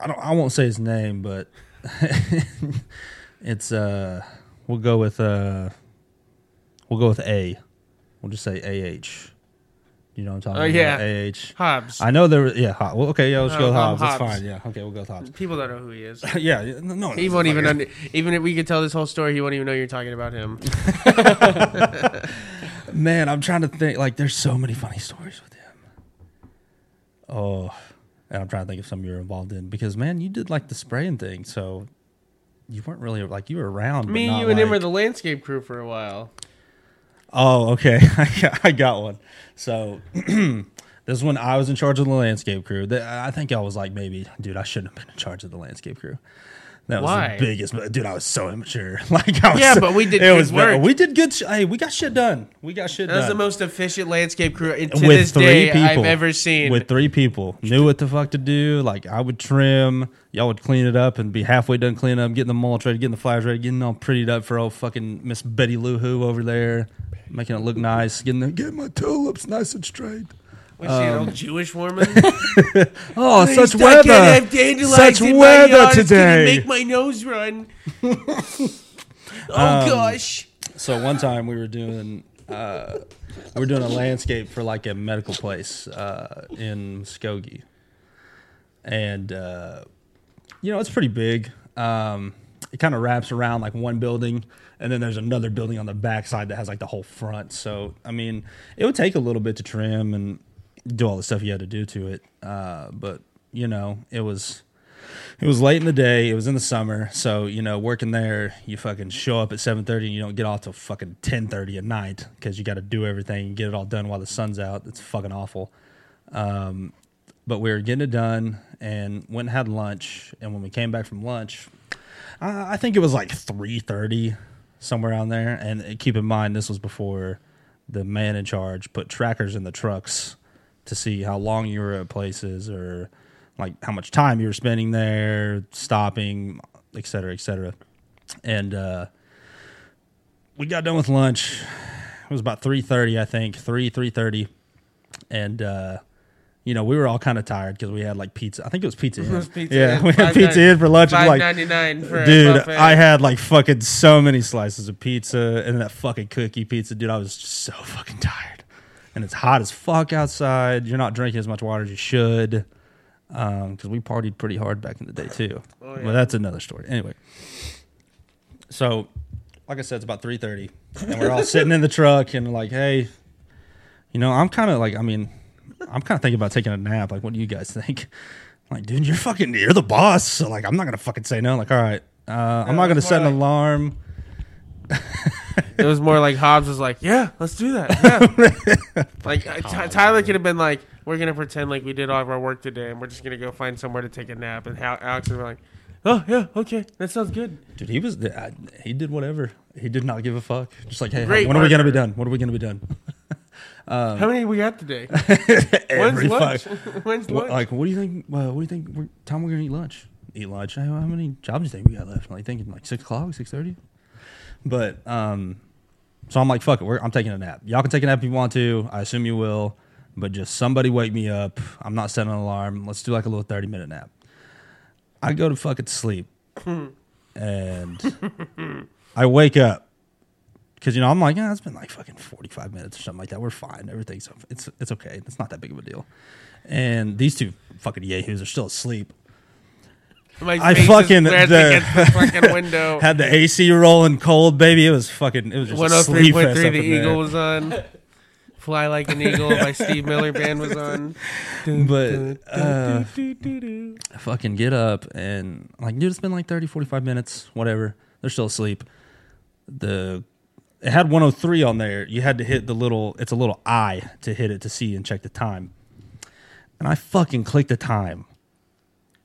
S5: I don't. I won't say his name, but it's uh, we'll go with uh, we'll go with A. We'll just say A H. You know what I'm talking
S3: Oh,
S5: about?
S3: yeah.
S5: A H.
S3: Hobbs.
S5: I know there was yeah. Hob- well, okay, yeah, let's go
S3: Uh,
S5: with
S3: um,
S5: Hobbs. That's
S3: Hobbs.
S5: fine. Yeah, okay, we'll go with Hobbs.
S3: People don't know who he is.
S5: yeah, yeah, no, no,
S3: He
S5: it's
S3: won't
S5: like-
S3: even under, even if we could tell this whole story, he won't even know you're talking about him.
S5: Man, I'm trying to think. Like, there's so many funny stories with him. Oh, and I'm trying to think of some you were involved in because man, you did like the spraying thing, so you weren't really like you were around. but
S3: Me,
S5: not,
S3: you, and him
S5: like-
S3: were the landscape crew for a while.
S5: Oh, okay. I got, I got one. So this one, I was in charge of the landscape crew. Th- I think I was like, maybe, dude, I shouldn't have been in charge of the landscape crew. That was
S3: Why?
S5: the biggest, dude. I was so immature. Like, I was
S3: Yeah,
S5: so-
S3: but we did good work.
S5: We did good. Sh- hey, we got shit done. We got shit
S3: That was the
S5: done.
S3: most efficient landscape crew in- to this day I've ever seen.
S5: With three people, knew what the fuck to do. Like I would trim, y'all would clean it up, and be halfway done cleaning up, getting the mulch ready, getting the flowers ready, getting all prettied up for old fucking Miss Betty Lou Who over there, making it look nice, getting the, get my tulips nice and straight.
S3: Was she an old Jewish woman?
S5: Oh,
S3: Please,
S5: um, such
S3: I
S5: weather!
S3: can't have dandelions
S5: such
S3: in my
S5: weather
S3: yard. It's gonna
S5: today.
S3: Make my nose run. oh
S5: Um,
S3: gosh!
S5: So one time we were doing uh, we were doing a landscape for like a medical place uh, in Muskogee, and uh, you know it's pretty big. Um, it kind of wraps around like one building, and then there's another building on the backside that has like the whole front. So I mean, it would take a little bit to trim, and do all the stuff you had to do to it. Uh, but you know, it was it was late in the day. It was in the summer, so you know, working there, you fucking show up at seven thirty and you don't get off till fucking ten thirty at night because you got to do everything and get it all done while the sun's out. It's fucking awful. Um, but we were getting it done and went and had lunch. And when we came back from lunch, I, I think it was like three thirty somewhere around there. And uh, keep in mind, this was before the man in charge put trackers in the trucks to see how long you were at places or like how much time you were spending there, stopping, et cetera, et cetera. And uh, we got done with lunch. It was about three thirty, I think, three three thirty, and uh, you know we were all kind of tired because we had like pizza. I think it was pizza. Inn. yeah, we had pizza in for lunch. It was
S3: Five
S5: like
S3: ninety nine for a
S5: dude
S3: buffet.
S5: i had like fucking so many slices of pizza and that fucking cookie pizza dude i was just so fucking tired and it's hot as fuck outside you're not drinking as much water as you should because we partied pretty hard back in the day too
S3: Oh, yeah.
S5: well that's another story anyway so like i said it's about 3.30 and we're all sitting in the truck and like hey you know i'm kind of like i mean i'm kind of thinking about taking a nap like what do you guys think like, dude, you're fucking, you're the boss. So, like, I'm not gonna fucking say no. Like, all right, uh, I'm not gonna
S3: that's
S5: set
S3: more
S5: an
S3: like-
S5: alarm.
S3: It was more like Hobbs was like, "Yeah, let's do that." Yeah. like I- Ty Tyler could have been like, "We're gonna pretend like we did all of our work today, and we're just gonna go find somewhere to take a nap." And Hal- Alex would be like, "Oh yeah, okay, that sounds good."
S5: Dude, he was, I, he did whatever. He did not give a fuck. Just like, hey,
S3: Great
S5: when are we gonna be
S3: worker.
S5: done? What are we gonna be done? Um,
S3: How many we got today? When's
S5: Every
S3: lunch?
S5: fuck-
S3: When's
S5: What,
S3: lunch?
S5: like, what do you think? Uh, what do you think? We're, time we're gonna eat lunch? Eat lunch? How, how many jobs do you think we got left? Like, thinking like six o'clock, six thirty. But um, so I'm like, fuck it. We're, I'm taking a nap. Y'all can take a nap if you want to. I assume you will. But just somebody wake me up. I'm not setting an alarm. Let's do like a little thirty minute nap. I go to fucking sleep, and I wake up because you know I'm like, yeah, it's been like fucking 45 minutes or something like that. We're fine. Everything's it's it's okay. It's not that big of a deal. And these two fucking yahoos are still asleep.
S3: My
S5: I
S3: face is
S5: fucking-
S3: slammed
S5: the-
S3: against the fucking window.
S5: Had the AC rolling cold, baby. It was fucking. It was just
S3: One
S5: one
S3: hundred three point three. The Eagle
S5: Eagles.
S3: was on. Fly like an eagle by Steve Miller Band was on.
S5: But uh,
S3: Doo-doo-doo-doo.
S5: I fucking get up and like, dude, it's been like 30, 45 minutes, whatever. They're still asleep. The it had 103 on there. You had to hit the little. It's a little eye to hit it to see and check the time. And I fucking clicked the time.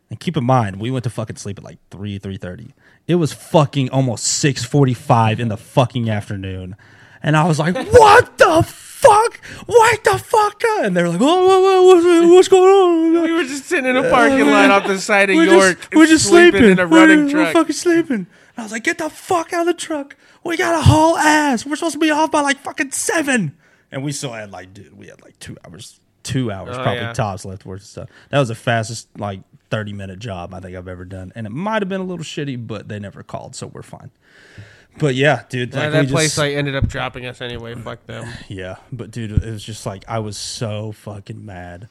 S5: And keep in mind, we went to fucking sleep at like three, three thirty. It was fucking almost six forty-five in the fucking afternoon, and I was like, "What the fuck? Wake the fuck up!" And they were like, "Whoa, whoa, whoa, what's, what's going on?"
S3: We were just sitting in a parking lot off the side of
S5: we're
S3: York.
S5: Just, we're just sleeping,
S3: in a running
S5: we're, We're
S3: truck.
S5: fucking sleeping. And I was like, get the fuck out of the truck. We got a whole ass. We're supposed to be off by like fucking seven. And we still had like, dude, we had like two hours, two hours
S3: Oh,
S5: probably
S3: yeah.
S5: tops left worth of stuff. That was the fastest like thirty minute job I think I've ever done, and it might have been a little shitty, but they never called, so we're fine. But yeah, dude,
S3: Yeah,
S5: like, we
S3: Uh, that
S5: just-
S3: place like ended up dropping us anyway. Fuck them.
S5: yeah, but dude, it was just like I was so fucking mad.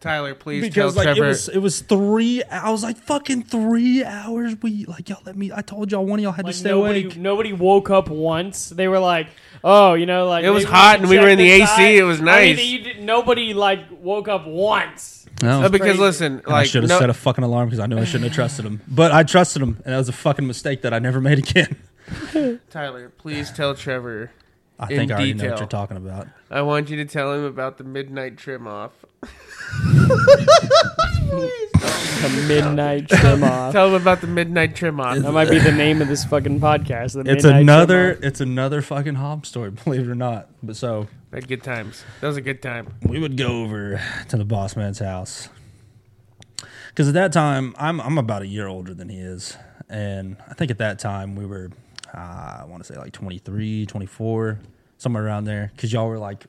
S3: Tyler, please
S5: because
S3: tell
S5: like
S3: Trevor.
S5: it was it was three. I was like fucking three hours. We like y'all let me. I told y'all one of y'all had
S4: Like
S5: to stay
S4: nobody,
S5: awake.
S4: nobody woke up once. They were like, "Oh, you know, like
S3: It was
S4: maybe
S3: hot
S4: should
S3: and we
S4: check
S3: were in the
S4: this
S3: AC.
S4: out."
S3: It was
S4: I mean,
S3: nice.
S4: you did- nobody like woke up once.
S5: No,
S3: Uh, because
S4: crazy.
S3: listen,
S5: I
S3: like
S5: should have
S3: no-
S5: set a fucking alarm because I knew I shouldn't have trusted him. But I trusted him, and that was a fucking mistake that I never made again.
S3: Tyler, please tell Trevor.
S5: I
S3: In
S5: think I already know
S3: detail.
S5: what you're talking about.
S3: I want you to tell him about the midnight trim off.
S4: The midnight trim
S5: Uh,
S4: off.
S3: Tell him about the midnight trim off.
S4: That might be the name of this fucking podcast. The
S5: It's
S4: Midnight Trim
S5: another.
S4: Off.
S5: It's another fucking Hob story, believe it or not. But so
S3: Had good times. That was a good time.
S5: we would go over to the boss man's house because at that time I'm I'm about a year older than he is, and I think at that time we were uh, I want to say like 23, 24, somewhere around there because y'all were like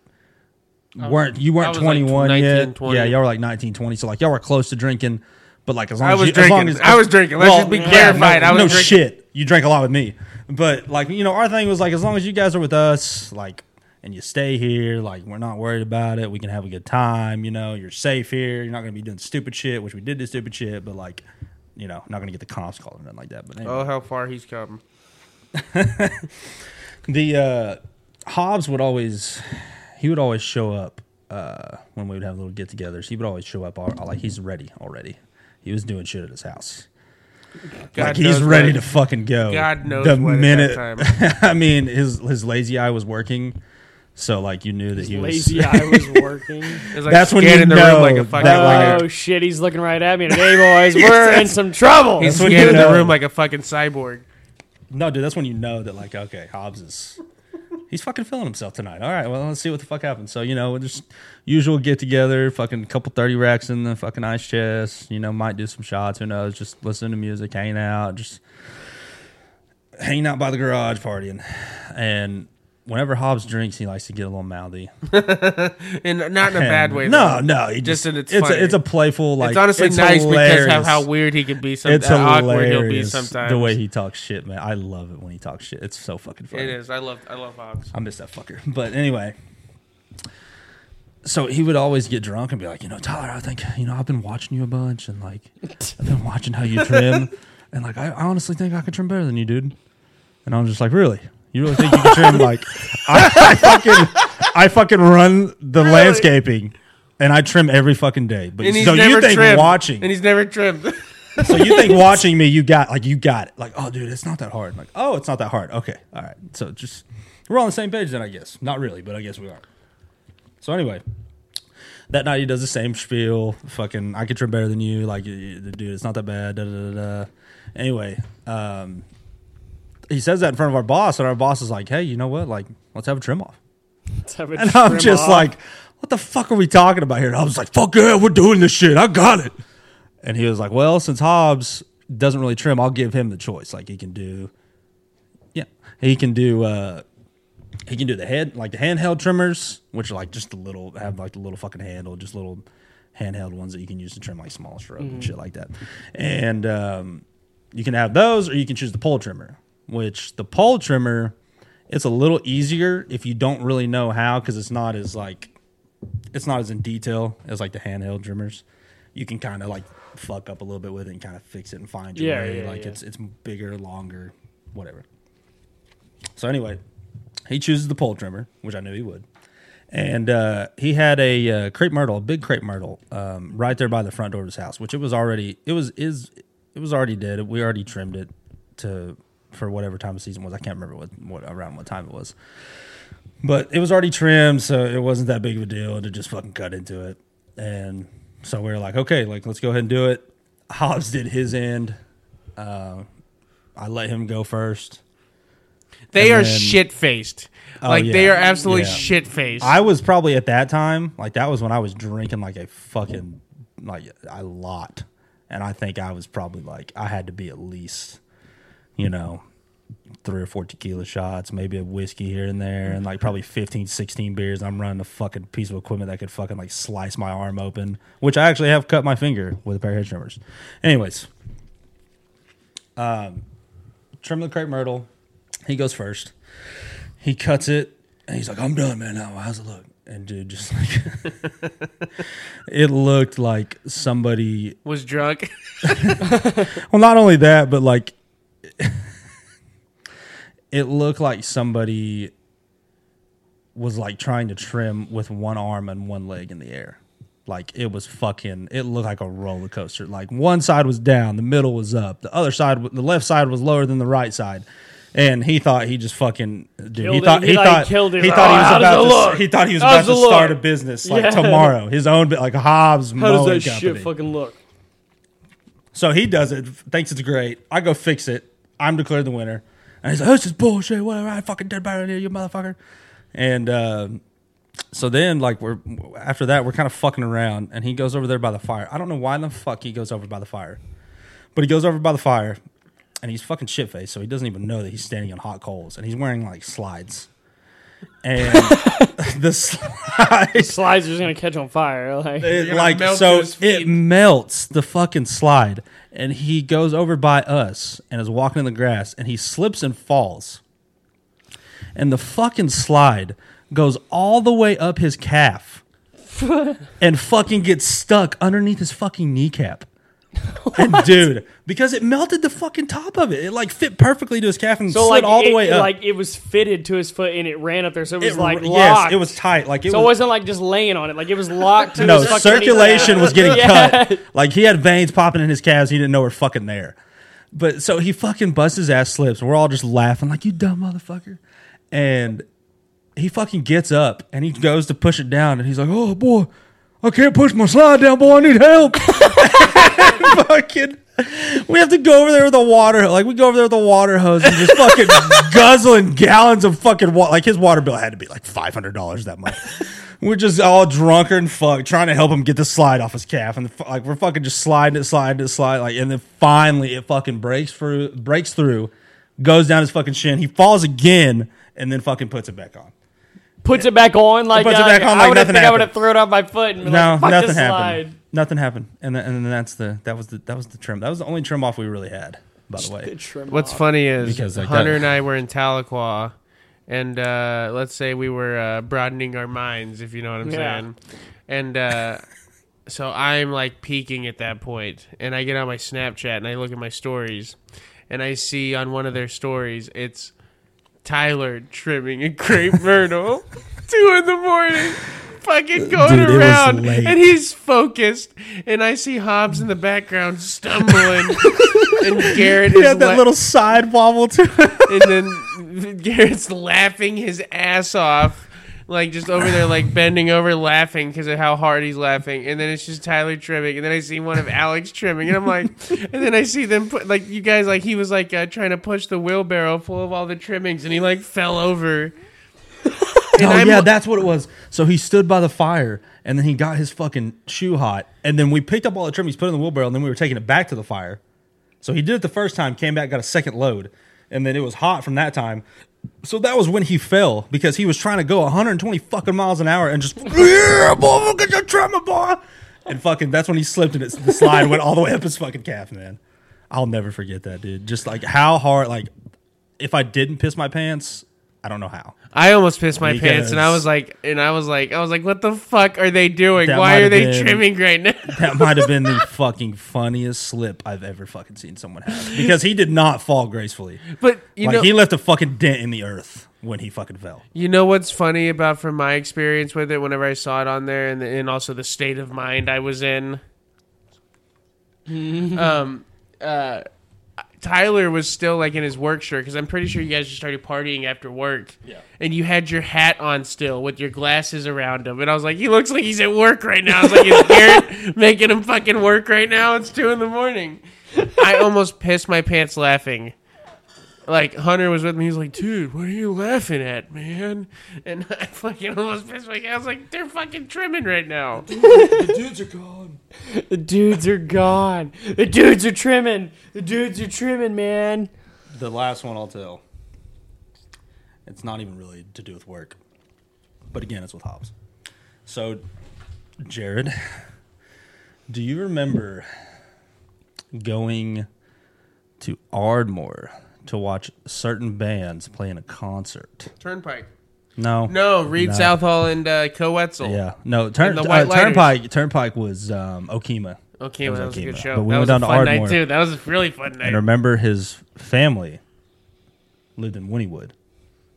S5: weren't you
S3: Oh, I
S5: weren't
S3: was, like,
S5: 21
S3: 19,
S5: yet
S3: 20.
S5: yeah y'all were like 19 20 so like y'all were close to drinking but like as long
S3: I
S5: as
S3: was
S5: you, as long
S3: drinking.
S5: as
S3: I was drinking. Let's just be clarified.
S5: no,
S3: I was
S5: no
S3: drinking.
S5: shit you drank a lot with me but like you know our thing was like as long as you guys are with us like and you stay here like we're not worried about it we can have a good time you know you're safe here you're not gonna be doing stupid shit which we did do stupid shit but like you know not gonna get the cops called or nothing like that but anyway.
S3: Oh, how far he's come.
S5: the uh Hobbs would always he would always show up uh, when we would have little get-togethers, he would always show up all, like he's ready already. He was doing shit at his house. like he's
S3: knows
S5: ready
S3: what-
S5: to fucking go.
S3: God knows
S5: the
S3: what at that
S5: minute.
S3: time.
S5: I mean, his his lazy eye was working, so like you knew that he
S4: Lazy
S5: was.
S4: eye was working.
S3: It's like
S5: That's when you
S3: scanning the
S5: know
S3: room like a fucking
S5: that,
S3: liar.
S5: like-
S4: oh shit, he's looking right at me. And, hey boys, we're in some trouble.
S3: He's
S5: That's when
S3: scanning
S5: you
S3: the
S5: know.
S3: room like a fucking cyborg.
S5: No, dude, that's when you know that like okay, Hobbs is he's fucking feeling himself tonight. All right, well let's see what the fuck happens. So you know, we'll just usual get together, fucking couple thirty racks in the fucking ice chest. You know, might do some shots. Who knows? Just listen to music, hang out, just hanging out by the garage partying. And whenever Hobbs drinks, he likes to get a little mouthy.
S3: And not in a bad way.
S5: No,
S3: though.
S5: no, he
S3: Just
S5: just,
S3: that it's
S5: it's it's
S3: funny.
S5: a, it's a playful like
S3: it's honestly nice because of how weird he can be. Sometimes
S5: it's
S3: awkward he'll be
S5: hilarious
S3: sometimes.
S5: the way he talks shit, man. I love it when he talks shit. It's so fucking funny.
S3: it is. I love. I love Hobbs.
S5: I miss that fucker. But anyway, so he would always get drunk and be like, you know, Tyler, I think you know I've been watching you a bunch, and like I've been watching how you trim, and like I, I honestly think I could trim better than you, dude. And I'm just like, really? You really think you can trim? like I, I fucking I fucking run the landscaping. And I trim every fucking day. But
S3: And he's
S5: so
S3: never
S5: you think
S3: trimmed.
S5: watching
S3: And he's never trimmed.
S5: so you think watching me, you got like you got it. Like, oh dude, it's not that hard. I'm like, oh, it's not that hard. Okay. All right. So just we're on the same page then, I guess. Not really, but I guess we are. So anyway, that night he does the same spiel. Fucking, I could trim better than you. Like, you- you- dude, it's not that bad. Da, da, da, da. Anyway, um, he says that in front of our boss, and our boss is like, hey, you know what? Like, let's have a trim off.
S4: Let's have a
S5: And I'm
S4: trim
S5: just
S4: off.
S5: like, what the fuck are we talking about here? And I was like, fuck yeah, we're doing this shit. I got it. And he was like, well, since Hobbs doesn't really trim, I'll give him the choice. Like he can do, yeah, he can do, uh, he can do the head, like the handheld trimmers, which are like just the little, have like the little fucking handle, just little handheld ones that you can use to trim like small shrub
S4: Mm-hmm.
S5: and shit like that. And, um, you can have those or you can choose the pole trimmer which the pole trimmer it's a little easier if you don't really know how because it's not as like it's not as in detail as like the handheld trimmers you can kind of like fuck up a little bit with it and kind of fix it and find your
S4: Yeah,
S5: way
S4: yeah,
S5: like
S4: yeah.
S5: it's it's bigger longer whatever so anyway he chooses the pole trimmer which i knew he would and uh, he had a uh, crepe myrtle, a big crepe myrtle, um, right there by the front door of his house, which it was already it was is it was already dead. We already trimmed it to for whatever time of season was. I can't remember what, what around what time it was, but it was already trimmed, so it wasn't that big of a deal to just fucking cut into it. And so we were like, okay, like let's go ahead and do it. Hobbs did his end. Uh, I let him go first.
S3: They
S5: And
S3: are
S5: then- Oh,
S3: shit faced. like they
S5: yeah.
S3: are absolutely
S5: Yeah.
S3: shit faced.
S5: I was probably at that time, like that was when I was drinking like a fucking like a lot. And I think I was probably like I had to be at least, you know, three or four tequila shots, maybe a whiskey here and there, and like probably 15, 16 beers. I'm running a fucking piece of equipment that could fucking like slice my arm open, which I actually have cut my finger with a pair of hedge trimmers. Anyways, um, trim the crepe myrtle. He goes first he cuts it and he's like, I'm done, man. Now, how's it look? And dude, just like, it looked like somebody.
S3: was drunk.
S5: Well, not only that, but like, it looked like somebody was like trying to trim with one arm and one leg in the air. Like it was fucking. It looked like a roller coaster. Like one side was down, the middle was up, the other side, the left side was lower than the right side, and he thought he just fucking. Dude,
S4: Killed
S5: he
S4: it.
S5: thought
S4: He,
S5: he,
S4: like,
S5: thought
S4: killed it.
S5: he
S4: Oh, how
S5: thought
S4: does
S5: he
S4: it
S5: was about
S4: look?
S5: to. He thought he was
S4: How does
S5: about to
S4: it look?
S5: start a business like
S4: Yeah.
S5: tomorrow, his own, like Hobbs.
S4: How does
S5: Mowing
S4: that
S5: company.
S4: shit fucking look?
S5: So he does it, thinks it's great. I go fix it. I'm declared the winner. And he's like, this is bullshit, whatever. I fucking did better than you, you motherfucker. And uh, so then, like, we're after that, we're kind of fucking around. And he goes over there by the fire. I don't know why the fuck he goes over by the fire, but he goes over by the fire and he's fucking shit faced. So he doesn't even know that he's standing on hot coals and he's wearing like slides. And the slides
S4: Slides are just gonna catch on fire. Like
S5: it,
S3: gonna
S5: like
S3: melt to
S5: so
S3: his feet.
S5: it melts the fucking slide and he goes over by us and is walking in the grass and he slips and falls and the fucking slide goes all the way up his calf and fucking gets stuck underneath his fucking kneecap And dude, because it melted the fucking top of it. It like fit perfectly to his calf and
S4: So like
S5: slid all the
S4: it-
S5: way up.
S4: like it was fitted to his foot and it ran up there, so it was
S5: it,
S4: like
S5: yes,
S4: locked.
S5: it was tight. Like it
S4: so it
S5: was
S4: wasn't like just laying on it, like it was locked to
S5: no
S4: his fucking
S5: circulation was getting
S4: Yeah.
S5: cut. Like he had veins popping in his calves. He didn't know were fucking there. But so he fucking busts his ass slips. We're all just laughing like you dumb motherfucker. And he fucking gets up and he goes to push it down and he's like, oh boy, I can't push my slide down, boy. I need help. fucking. We have to go over there with a water, like we go over there with a water hose and just fucking guzzling gallons of fucking water. Like his water bill had to be like five hundred dollars that month. We're just all drunker and fuck, trying to help him get the slide off his calf, and the, fu- like we're fucking just sliding it, sliding it, slide, like, and then finally it fucking breaks through, breaks through, goes down his fucking shin. He falls again, and then fucking puts it back on.
S4: puts it back on like,
S5: Puts it
S4: uh,
S5: back on
S4: I
S5: like
S4: would
S5: nothing
S4: think I would have
S5: happened.
S4: thrown out my foot and been
S5: No,
S4: like, fuck
S5: nothing
S4: this
S5: happened.
S4: slide.
S5: Nothing happened, and then, and then that's the that was the that was the trim. That was the only trim off we really had. By the way,
S4: Trim
S3: What's
S4: off.
S3: funny is
S5: Because, like,
S3: Hunter
S5: that-
S3: and I were in Tahlequah, and uh, let's say we were uh, broadening our minds, if you know what I'm
S4: Yeah.
S3: saying. And uh, so I'm like peeking at that point, and I get on my Snapchat and I look at my stories, and I see on one of their stories it's Tyler trimming a crepe myrtle, two in the morning. Fucking going
S5: Dude, it was
S3: around,
S5: late.
S3: and he's focused. And I see Hobbs in the background stumbling, and Garrett
S5: he
S3: is
S5: had that
S3: le-
S5: little side wobble too.
S3: and then Garrett's laughing his ass off, like just over there, like bending over, laughing because of how hard he's laughing. And then it's just Tyler trimming, and then I see one of Alex trimming, and I'm like, and then I see them put like you guys like he was like uh, trying to push the wheelbarrow full of all the trimmings, and he like fell over.
S5: oh
S3: I'm-
S5: yeah, that's what it was. So he stood by the fire, and then he got his fucking shoe hot, and then we picked up all the trim he's put in the wheelbarrow, and then we were taking it back to the fire. So he did it the first time, came back, got a second load, and then it was hot from that time. So that was when he fell because he was trying to go 120 fucking miles an hour and just yeah, boy, we'll get your trimmer, boy, and fucking that's when he slipped and it, the slide went all the way up his fucking calf, man. I'll never forget that, dude. Just like how hard, like if I didn't piss my pants, I don't know how.
S3: I almost pissed my pants,
S5: Because-
S3: and I was like, and I was like, I was like, what the fuck are they doing?
S5: That
S3: Why
S5: might
S3: are
S5: have
S3: they
S5: been-
S3: trimming right now?
S5: That might have been the fucking funniest slip I've ever fucking seen someone have because he did not fall gracefully.
S3: But you
S5: like
S3: know,
S5: he left a fucking dent in the earth when he fucking fell.
S3: You know what's funny about from my experience with it, whenever I saw it on there, and, and also the state of mind I was in. um, uh, Tyler was still like in his work shirt because I'm pretty sure you guys just started partying after work. Yeah. And you had your hat on still with your glasses around him, and I was like, he looks like he's at work right now. I was like, is Garrett making him fucking work right now? It's two in the morning. I almost pissed my pants laughing like Hunter was with me. He's like, "Dude, what are you laughing at, man?" And I fucking almost pissed my. I was like, "They're fucking trimming right now."
S4: The dudes are gone. The dudes are trimming. The dudes are trimming, man.
S5: The last one I'll tell. It's not even really to do with work, but again, it's with Hobbs. So, Jared, do you remember going to Ardmore to watch certain bands playing a concert?
S3: Turnpike.
S5: No,
S3: No, Reed
S5: No.
S3: Southall and uh, Coetzel.
S5: Yeah, no. Turn,
S3: And the White
S5: uh,
S3: Lighters.
S5: Turnpike. Turnpike was um, Okima,
S3: Okay, well, that was a good
S5: Okima.
S3: show.
S5: But we
S3: that
S5: went
S3: was
S5: down
S3: a
S5: to
S3: fun night
S5: Ardmore.
S3: too. That was a really fun night.
S5: and remember his family lived in Winniewood.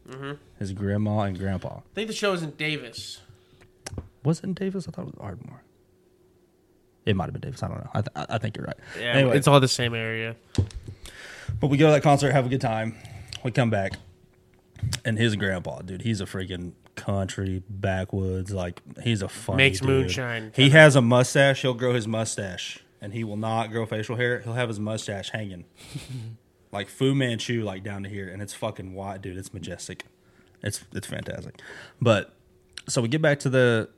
S3: Mm-hmm.
S5: His grandma and grandpa
S3: I think the show was in Davis.
S5: was it in Davis. I thought it was Ardmore. It might have been Davis. I don't know. I, th- I- I think you're right.
S3: Yeah,
S5: Anyway.
S3: it's all the same area.
S5: But we go to that concert, have a good time. We come back, and his grandpa, dude, he's a freaking country backwoods. Like he's a funny
S3: Makes
S5: dude.
S3: moonshine.
S5: He has a mustache. He'll grow his mustache, and he will not grow facial hair. He'll have his mustache hanging, like Fu Manchu, like down to here, and it's fucking wide, dude. It's majestic. It's it's fantastic. But so we get back to the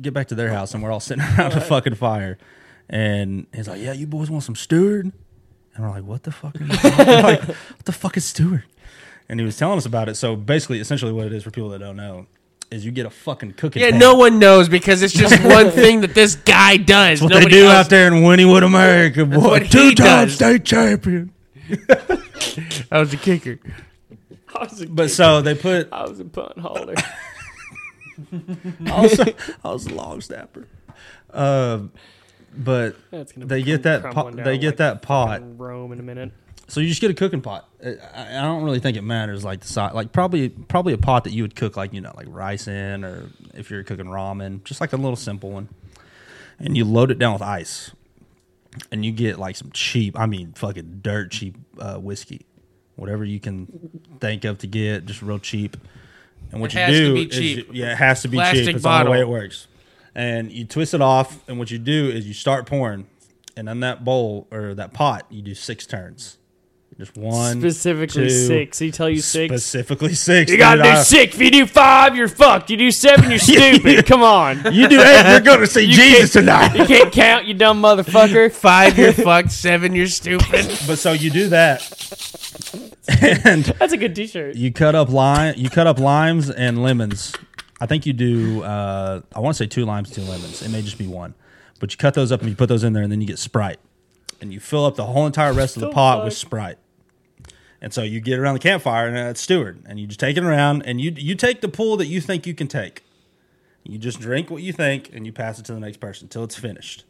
S5: get back to their house, and we're all sitting around the fucking fire, and he's like, "Yeah, you boys want some Stewart?" And we're like, what the fuck? Are you talking- like, what the fuck is Stewart? And he was telling us about it. So basically, essentially, what it is for people that don't know is you get a fucking cooking.
S3: Yeah,
S5: pan.
S3: no one knows because it's just one thing that this guy does.
S5: What
S3: Nobody
S5: they do
S3: else
S5: out there in Winniewood, America, boy,
S3: what he
S5: two-time
S3: does.
S5: state champion.
S3: That was the kicker.
S4: I was a,
S5: But so they put.
S4: I was a punt hauler.
S5: I was, I was a long snapper. Um, But
S4: That's gonna
S5: they
S4: come
S5: get that pot,
S4: crumbling down
S5: they get
S4: like
S5: that pot.
S4: Rome in a minute.
S5: So you just get a cooking pot. I, I I don't really think it matters like the size. Like probably probably a pot that you would cook like you know like rice in, or if you're cooking ramen, just like a little simple one. And you load it down with ice, and you get like some cheap. I mean, fucking dirt cheap uh, whiskey, whatever you can think of to get, just real cheap. And what
S3: It
S5: you
S3: has to
S5: do
S3: be
S5: is
S3: cheap.
S5: you- yeah, it has to be
S3: Plastic
S5: cheap. It's the only way
S3: bottle.
S5: it works. And you twist it off, and what you do is you start pouring, and on that bowl or that pot, you do six turns. Just one,
S4: Specifically
S5: two,
S4: six. He tell you six.
S5: Specifically six.
S4: You gotta
S5: dude. I-
S4: do six. If you do five, you're fucked. You do seven, you're stupid. Come on.
S5: You do eight, you're gonna see Jesus tonight.
S4: You can't count, you dumb motherfucker.
S3: Five, you're fucked. Seven, you're stupid.
S5: But so you do that, and
S4: That's a good T-shirt.
S5: you cut up lime. You cut up limes and lemons. I think you do. Uh, I want to say two limes, two lemons. It may just be one, but you cut those up and you put those in there, and then you get Sprite, and you fill up the whole entire rest of the
S4: The
S5: pot
S4: fuck?
S5: with Sprite. And so you get around the campfire and it's steward, and you just take it around, and you you take the pool that you think you can take. You just drink what you think, and you pass it to the next person until it's finished.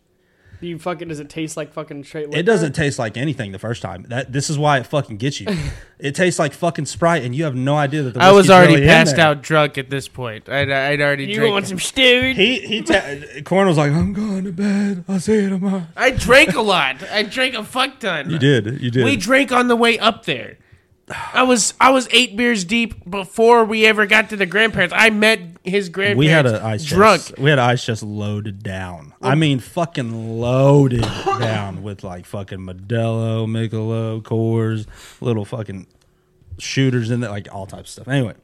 S4: Do you fucking does it taste like fucking straight? Liquor?
S5: It doesn't taste like anything the first time. That this is why it fucking gets you. it tastes like fucking Sprite, and you have no idea that the
S3: I was
S5: whiskey's
S3: already
S5: really in
S3: passed
S5: there.
S3: out drunk at this point. I'd, I'd already
S4: You
S3: drank.
S4: want some stewed?
S5: He he. Ta- Corn was like, "I'm going to bed. I'll see you tomorrow."
S3: I drank a lot. I drank a fuck ton.
S5: You did. You did.
S3: We drank on the way up there. I was I was eight beers deep before we ever got to the grandparents. I met his grandparents.
S5: We had an ice
S3: drunk.
S5: chest. We had an ice chest loaded down. I mean, fucking loaded down with like fucking Modelo, Michelob, Coors, little fucking shooters in there, like all types of stuff. Anyway,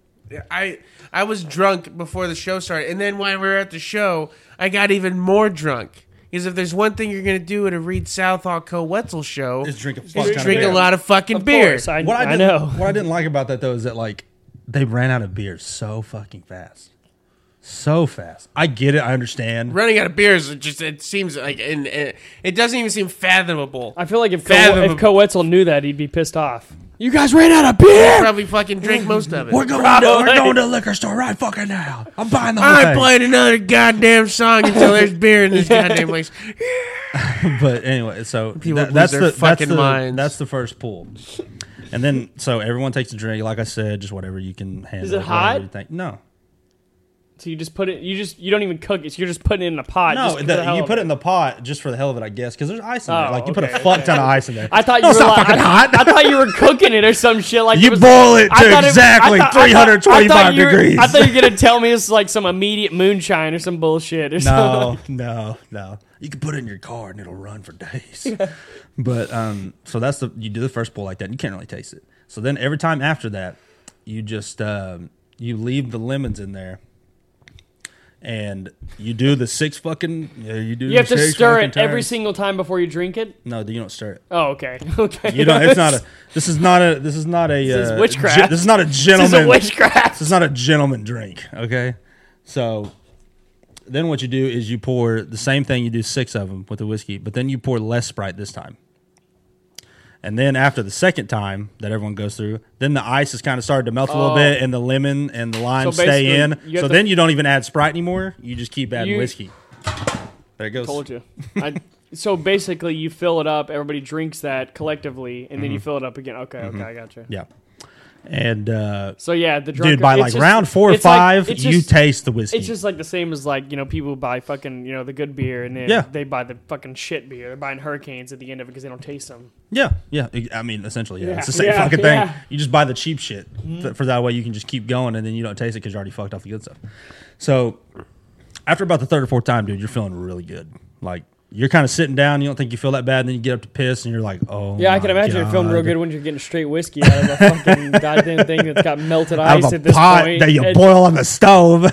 S3: I I was drunk before the show started, and then when we were at the show, I got even more drunk. Because if there's one thing you're gonna do at a Reed Southall Co Wetzel show,
S5: Just drink a fuck ton of
S3: drink
S5: beer.
S3: a lot of fucking beer.
S4: course, I,
S5: what I,
S4: I
S5: didn't-
S4: know.
S5: What I didn't like about that though is that like they ran out of beer so fucking fast, so fast. I get it. I understand.
S3: Running out of beers, it just it seems like and, and it doesn't even seem fathomable.
S4: I feel like if Co-
S3: Fathomable.
S4: if Co Wetzel knew that, he'd be pissed off.
S5: You guys ran out of beer.
S3: probably fucking drink most of it.
S5: We're going. To, we're going to the liquor store right fucking now. I'm buying the whole
S3: I
S5: thing.
S3: played another goddamn song until there's beer in this goddamn place.
S5: but anyway, so
S3: People
S5: that- that's
S3: lose
S5: the
S3: their
S5: that's
S3: fucking
S5: the,
S3: minds.
S5: that's the first pool, and then so everyone takes a drink. Like I said, just whatever you can handle.
S4: it
S5: whatever
S4: hot?
S5: you think. No,
S4: So you just put it. You just you don't even cook it. So you're just putting it in a pot.
S5: no.
S4: just for
S5: the-
S4: the hell
S5: you
S4: of
S5: put it in the pot just for the hell of it, I guess, because there's ice in
S4: Oh,
S5: there. Like you put a
S4: okay,
S5: fuck ton of ice in there.
S4: I thought you
S5: No,
S4: were
S5: it's not
S4: like-
S5: fucking
S4: I-
S5: hot.
S4: I thought you were cooking it or some shit like
S5: You
S4: was-
S5: boil it
S4: I
S5: to
S4: thought I
S5: exactly
S4: thought- I thought-
S5: 325
S4: I thought you were-
S5: degrees.
S4: I thought you were gonna tell me it's like some immediate moonshine or some bullshit or something.
S5: no, no, no. You can put it in your car and it'll run for days. but um, so that's the you do the first bowl like that. And you can't really taste it. So then every time after that, you just um, you leave the lemons in there, and you do the six fucking. Yeah, you do.
S4: You have
S5: the
S4: to
S5: six
S4: stir
S5: fucking
S4: it every
S5: turns.
S4: single time before you drink it.
S5: No, you don't stir it.
S4: Oh, okay, okay.
S5: You don't. It's not a. This is not a. This is not a.
S4: This is
S5: uh,
S4: witchcraft.
S5: gen- this is not a
S4: This is a
S5: gentleman.
S4: witchcraft.
S5: It's not a gentleman drink, okay? So then what you do is you pour the same thing you do six of them with the whiskey, but then you pour less Sprite this time. And then after the second time that everyone goes through, then the ice has kind of started to melt a little
S4: Oh.
S5: bit, and the lemon and the lime
S4: So
S5: stay in.
S4: basically, you have
S5: so
S4: to-
S5: then you don't even add Sprite anymore. You just keep adding
S4: You-
S5: whiskey. There it goes.
S4: Told you. I, so basically, you fill it up. Everybody drinks that collectively, and then
S5: Mm-hmm.
S4: you fill it up again. Okay, okay, I gotcha.
S5: Yeah. And uh,
S4: So yeah, the drunker,
S5: dude, by
S4: it's
S5: like
S4: just-
S5: round four or
S4: it's like-
S5: five,
S4: it's
S5: you
S4: just-
S5: taste the whiskey.
S4: It's just like the same as like you know people buy fucking you know the good beer and then
S5: Yeah.
S4: they buy the fucking shit beer. They're buying hurricanes at the end of it because they don't taste them.
S5: Yeah, yeah. I- I mean, essentially, yeah.
S4: Yeah,
S5: It's the same
S4: yeah,
S5: fucking thing.
S4: yeah.
S5: You just buy the cheap shit th- for that way you can just keep going, and then you don't taste it because you already fucked off the good stuff. So after about the third or fourth time, dude, you're feeling really good. Like you're kind of sitting down, you don't think you feel that bad, and then you get up to piss, and you're like, oh,
S4: Yeah, I
S5: my
S4: can imagine
S5: God.
S4: it feeling real good when you're getting straight whiskey out of a fucking goddamn thing that's got melted
S5: Out
S4: ice
S5: of a
S4: at this
S5: pot
S4: point.
S5: that you
S4: And
S5: boil on the stove.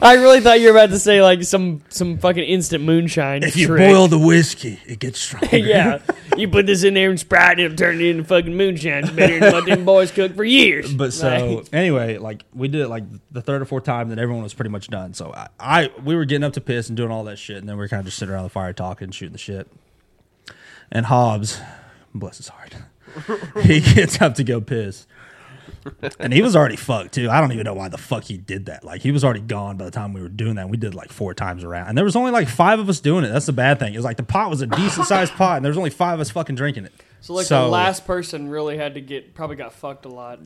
S4: I really thought you were about to say like some some fucking instant moonshine.
S5: if you
S4: trick.
S5: boil the whiskey, it gets stronger.
S4: yeah, you put this in there and Sprite, it'll turn it into fucking moonshine. It's better than what them boys cook for years.
S5: But so
S4: Like,
S5: anyway, like we did it like the third or fourth time that everyone was pretty much done. So I, I we were getting up to piss and doing all that shit, and then we were kind of just sitting around the fire talking, shooting the shit. And Hobbs, bless his heart, he gets up to go piss, and he was already fucked too. I don't even know why the fuck he did that. Like he was already gone by the time we were doing that. We did like four times around, and there was only like five of us doing it. That's the bad thing. It was like the pot was a decent sized pot, and there was only five of us fucking drinking it.
S4: So like the last person really had to get probably got fucked a lot.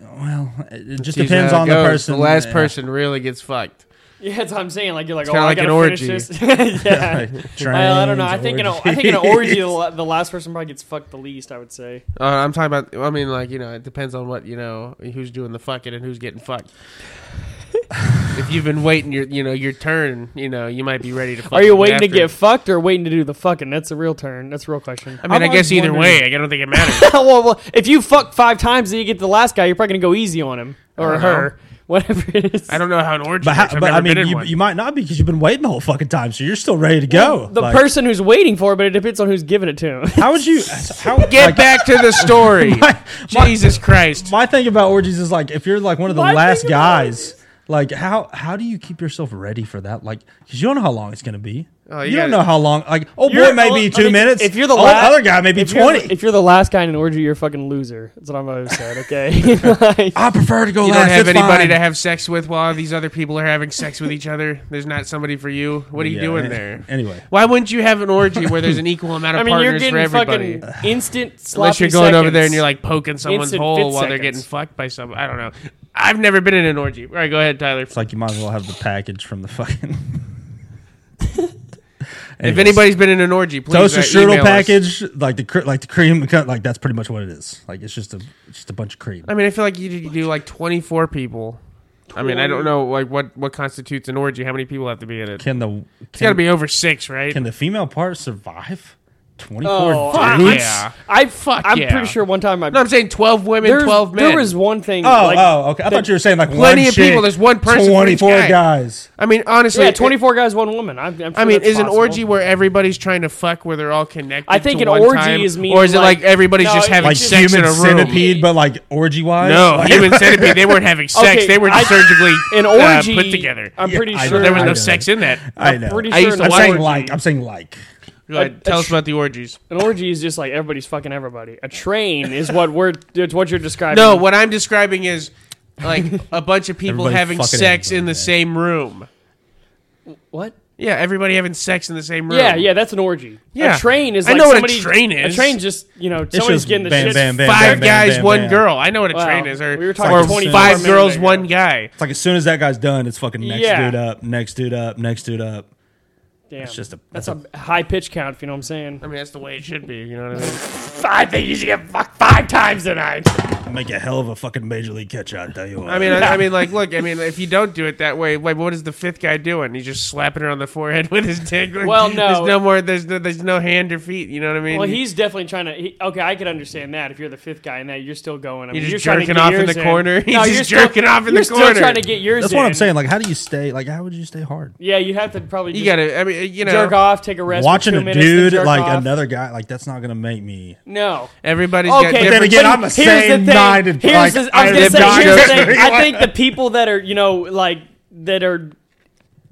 S5: Well, it it just
S3: Usually
S5: depends
S3: how it
S5: on the
S3: uh, goes.
S5: person.
S3: The last
S5: Yeah.
S3: person really gets fucked.
S4: Yeah, that's what I'm saying. Like you're like, oh,
S3: kinda
S4: I
S3: like an
S4: gotta finish
S3: orgy.
S4: this. yeah. Well, I don't know. I think in a, I think in an orgy, the, la- the last person probably gets fucked the least. I would say.
S3: Uh, I'm talking about. I mean, like you know, it depends on what you know, who's doing the fucking and who's getting fucked. if you've been waiting your, you know, your turn, you know, you might be ready to.
S4: Are you
S3: fucking
S4: waiting to
S3: after.
S4: get fucked or waiting to do the fucking? That's a real turn. That's a real question.
S3: I mean,
S5: I've
S3: I guess
S5: always
S3: either
S5: wondered-
S3: way, I don't think it matters.
S4: well, well, if you fuck five times, then you get the last guy. You're probably gonna go easy on him or
S3: don't
S4: her, whatever it is.
S3: I don't know how an orgy.
S5: But, how,
S3: works. I've
S5: but
S3: never
S5: I mean,
S3: been in
S5: you,
S3: one.
S5: you might not be because you've been waiting the whole fucking time, so you're still ready to go.
S4: the
S5: Like,
S4: person who's waiting for it, but it depends on who's giving it to him.
S5: How would you? How,
S3: get
S5: like,
S3: back to the story.
S5: my-
S3: Jesus Christ!
S5: My thing about orgies is like if you're like one of the
S4: My thing
S5: last
S4: about
S5: guys, like how how do you keep yourself ready for that? Like because you don't know how long it's gonna be.
S3: Oh,
S5: you
S3: you
S5: don't
S3: gotta-
S5: know how long. Like oh boy,
S4: You're-
S5: maybe
S4: I
S5: two
S4: mean,
S5: minutes.
S4: If you're the
S5: oh,
S4: last,
S5: other guy, maybe
S4: if you're-
S5: twenty.
S4: If you're the last guy in an orgy, you're a fucking loser. That's what I've always said. Okay. Like-
S5: I prefer to go
S3: You
S5: last.
S3: don't have
S5: it's
S3: anybody
S5: fine.
S3: to have sex with while these other people are having sex with each other. There's not somebody for you. What are you
S5: Yeah,
S3: doing
S5: an-
S3: there?
S5: Anyway,
S3: Why wouldn't you have an orgy where there's an equal amount of
S4: I mean, you're
S3: partners for
S4: getting
S3: everybody?
S4: fucking instant sloppy
S3: Unless you're going over there and
S4: seconds.
S3: you're like poking someone's
S4: Instant
S3: hole
S4: fit
S3: while they're
S4: seconds.
S3: getting fucked by someone. I don't know. I've never been in an orgy. All right, go ahead, Tyler.
S5: it's like you might as well have the package from the fucking.
S3: If
S5: Anyways.
S3: anybody's been in an orgy, please
S5: Toaster
S3: uh,
S5: strudel
S3: email us.
S5: package, like the cr- like the cream, cut- like that's pretty much what it is. Like it's just a it's just a bunch of cream.
S3: I mean, I feel like you, you do like 24 people. I mean, I don't know like what what constitutes an orgy. How many people have to be in it?
S5: Can the
S3: It's got to
S5: can,
S3: be over six, right?
S5: can the female part survive twenty four
S4: Oh,
S3: Fuck
S4: dudes?
S3: yeah.
S4: I fuck. I'm
S3: yeah.
S4: pretty sure one time I.
S3: No, I'm saying 12 women,
S4: there's-
S3: 12 men.
S4: There was one thing.
S5: Oh,
S4: like,
S5: oh, okay. I thought you were saying like
S3: plenty
S5: one
S3: of people.
S5: chick,
S3: There's one person for each
S5: Twenty-four
S3: guy.
S5: guys.
S3: I mean, honestly,
S4: yeah,
S3: it-
S4: 24 guys, one woman. I'm, I'm sure
S3: I mean,
S4: that's
S3: is an
S4: possible.
S3: orgy where everybody's trying to fuck where they're all connected?
S4: I think
S3: to
S4: an
S3: one
S4: orgy
S3: time,
S4: is meaning
S3: or is it like
S4: like-
S3: everybody's
S4: No,
S3: just
S4: it's
S3: having
S5: Like
S4: just-
S3: sex
S5: human
S3: in a room?
S5: centipede, but like orgy wise.
S3: No,
S5: Like,
S3: human centipede. They weren't having sex.
S4: Okay,
S3: they were
S4: I-
S3: just surgically
S4: An
S3: uh,
S4: orgy.
S3: put together.
S4: I'm pretty
S5: I know.
S4: sure.
S3: there was
S5: I
S3: no
S5: know.
S3: sex in that.
S5: I know.
S4: pretty
S5: I'm
S3: I used
S4: sure
S3: to
S4: an
S3: watch-
S5: saying
S4: orgy-
S5: like. I'm saying like.
S3: Go ahead,
S4: a
S3: tell us
S4: tr-
S3: about the orgies.
S4: An orgy is just like everybody's fucking everybody. A train is what we're. It's what you're describing.
S3: No, what I'm describing is like a bunch of people
S5: Everybody
S3: having
S5: fucking
S3: sex in
S5: everybody,
S3: the
S5: man.
S3: same room.
S4: What?
S3: Yeah, everybody having sex in the same room.
S4: Yeah, yeah, that's an orgy.
S3: Yeah.
S4: A train is.
S3: I
S4: Like
S3: know what a
S4: somebody,
S3: train is.
S4: A train just you know
S5: It's
S4: somebody's
S5: just
S4: getting the
S5: bam,
S4: shit.
S5: bam, bam.
S3: Five guys,
S5: bam,
S3: one
S5: bam.
S3: girl. I know what a
S4: Wow.
S3: train is, or,
S4: We were talking
S3: or
S5: 24
S3: five
S4: minutes
S3: girls,
S4: ago.
S3: one guy.
S5: It's like as soon as that guy's done, it's fucking next
S4: Yeah.
S5: dude up, next dude up, next dude up.
S4: Damn.
S5: It's just a
S4: that's a high pitch count. If you know what I'm saying.
S3: I mean, that's the way it should be. You know what I mean?
S4: I think you should get fucked five times tonight.
S5: make a hell of a fucking major league catch. I tell you what.
S3: I mean, I, I mean, like, look, I mean, if you don't do it that way, like, what is the fifth guy doing? He's just slapping her on the forehead with his dick. Like,
S4: Well, no.
S3: there's no more. There's no, there's no hand or feet. You know what I mean?
S4: Well, he's definitely trying to. He, okay, I could understand that if you're the fifth guy and that you're still going. I mean,
S3: You're just
S4: trying to
S3: jerking
S4: get
S3: off in
S4: yours
S3: the corner. He's
S4: No,
S3: just
S4: you're still-
S3: jerking off in the
S4: you're still
S3: corner.
S4: trying to get yours.
S5: that's what I'm
S4: in.
S5: saying. Like, how do you stay? Like, how would you stay hard?
S4: Yeah, you have to probably
S3: you
S4: just
S3: gotta. I mean, you know,
S4: jerk off, take a rest. for
S5: Watching
S4: two
S5: a
S4: minutes, then
S5: dude
S4: jerk
S5: like
S4: off.
S5: another guy like that's not gonna make me.
S4: No.
S3: everybody's
S4: Okay,
S3: got different.
S5: then again,
S4: but
S5: I'm the
S4: here's
S5: same
S4: the thing.
S5: nine and,
S4: here's
S5: like,
S4: the, I was
S5: I
S4: gonna
S5: am
S4: say,
S5: nine
S4: here's the
S5: and
S4: thing.
S5: three.
S4: I think the people that are you know like that are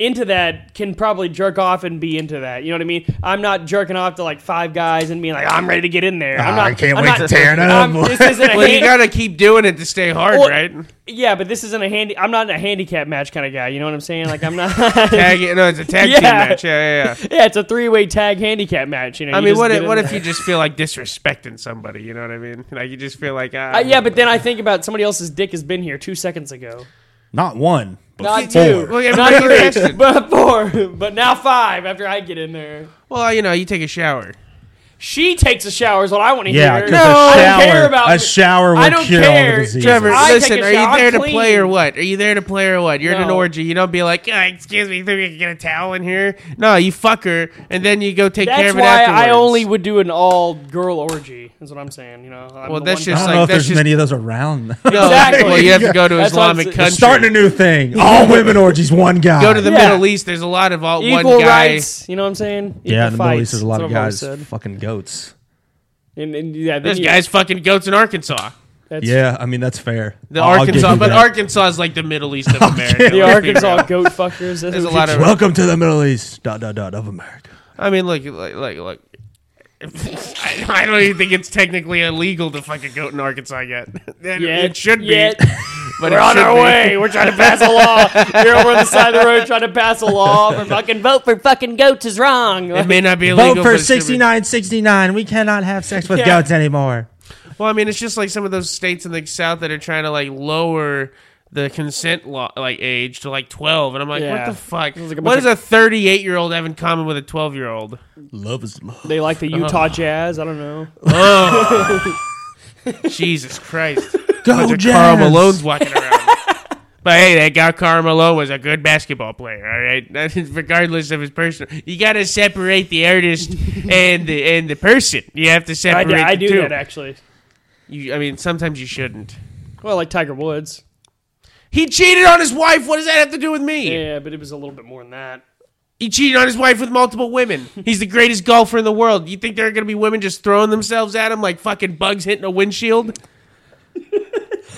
S4: into that can probably jerk off and be into that. You know what I mean? I'm not jerking off to like five guys and being like, I'm ready to get in there. I'm
S5: Ah,
S4: not,
S5: I can't
S4: I'm
S5: wait
S4: not-
S5: to tear it up.
S4: I'm- this isn't a
S3: well, you
S4: hand-
S3: gotta keep doing it to stay hard,
S4: Well,
S3: right?
S4: yeah, but this isn't a handy. I'm not a handicap match kind of guy. You know what I'm saying? Like I'm not.
S3: Tag, no, it's a tag
S4: Yeah.
S3: team match. Yeah, yeah. yeah.
S4: yeah, it's a three way tag handicap match. You know?
S3: I
S4: you
S3: mean,
S4: just
S3: what
S4: get
S3: if,
S4: in
S3: what
S4: there.
S3: if you just feel like disrespecting somebody? You know what I mean? Like you just feel like, ah,
S4: Uh, yeah, but then I think about somebody else's dick has been here two seconds ago.
S5: Not one, but
S4: Not
S5: four.
S4: two.
S3: Well, yeah,
S4: Not
S3: but-
S4: three, but four. But now five after I get in there.
S3: Well, you know, you take a shower.
S4: She takes a shower is what I want to
S5: Yeah,
S4: hear.
S5: because
S4: I
S5: a
S4: don't
S5: shower,
S4: care about
S5: a shower will
S4: I don't
S5: cure all
S4: care.
S5: the diseases.
S3: Trevor,
S4: I take
S3: listen,
S4: a
S3: are you
S4: shower.
S3: there
S4: I'm
S3: to play or
S4: clean.
S3: what? Are you there to play or what? You're in an
S4: No.
S3: orgy. You don't be like, "Ah, excuse me, think we can get a towel in here? No, you fuck her, and then you go take care
S4: That's
S3: of it
S4: why
S3: afterwards.
S4: I only would do an all girl orgy. Is what I'm saying. You know. I'm
S3: Well,
S4: the
S3: that's
S4: one
S5: I
S3: just
S5: don't
S4: guy.
S3: like-
S5: know
S3: that's
S5: if there's
S3: just-
S5: many of those around.
S3: No,
S4: Exactly.
S3: Well, you have to go to
S4: That's
S3: Islamic
S4: what I'm
S3: country.
S4: saying.
S5: Starting a new thing. All women orgies, one guy.
S3: go to the
S4: Yeah.
S3: Middle East. There's a lot of all
S4: equal
S3: one guy.
S4: rights. You know what I'm saying? Equal
S5: yeah, in the Middle
S4: fights,
S5: East, there's a lot
S4: that's
S5: of
S4: what I've always
S5: guys
S4: said.
S5: fucking goats.
S4: And, and, yeah, then
S3: This
S4: you-
S3: guy's fucking goats in Arkansas.
S4: that's-
S5: Yeah, I mean that's fair.
S3: The
S5: I'll- I'll give
S3: Arkansas,
S5: you
S3: but
S5: that.
S3: Arkansas is like the Middle East of America.
S4: The
S3: let's be
S4: Arkansas
S3: real.
S4: goat fuckers.
S3: There's a lot of.
S5: Welcome to the Middle East. Dot dot dot of America.
S3: I mean, look, like, like, look. I, I don't even think it's technically illegal to fuck a goat in Arkansas yet. Then
S4: Yet.
S3: it should be.
S4: Yet.
S3: But
S4: We're
S3: it
S4: on
S3: should
S4: our
S3: be.
S4: way. We're trying to pass a law. You're over on the side of the road trying to pass a law for fucking vote for fucking goats is wrong.
S3: It
S4: Like,
S3: may not be illegal.
S2: Vote
S3: but
S2: for
S3: it should be.
S2: 6969. We cannot have sex with
S4: Yeah.
S2: goats anymore.
S3: Well, I mean, it's just like some of those states in the South that are trying to like lower the consent law, like age to like twelve, and I'm like,
S4: Yeah.
S3: what the fuck?
S4: Sounds like a
S3: what
S4: bunch
S3: does a 38 year old have in common with a 12 year old?
S2: Love is love.
S4: they like the
S3: Uh-huh.
S4: Utah Jazz. I don't know.
S3: Jesus Christ!
S2: Go
S3: Bunch of Carl
S2: Jazz.
S3: Malone's walking around. But hey, that guy Carl Malone was a good basketball player. All right, That is regardless of his personal, you got to separate the artist and the and the person. You have to
S4: I,
S3: separate.
S4: do- I
S3: the
S4: do
S3: two.
S4: that actually.
S3: You, I mean, sometimes you shouldn't.
S4: Well, like Tiger Woods.
S3: He cheated on his wife. What does that have to do with me?
S4: Yeah, but it was a little bit more than that.
S3: He cheated on his wife with multiple women. He's the greatest golfer in the world. You think there are going to be women just throwing themselves at him like fucking bugs hitting a windshield?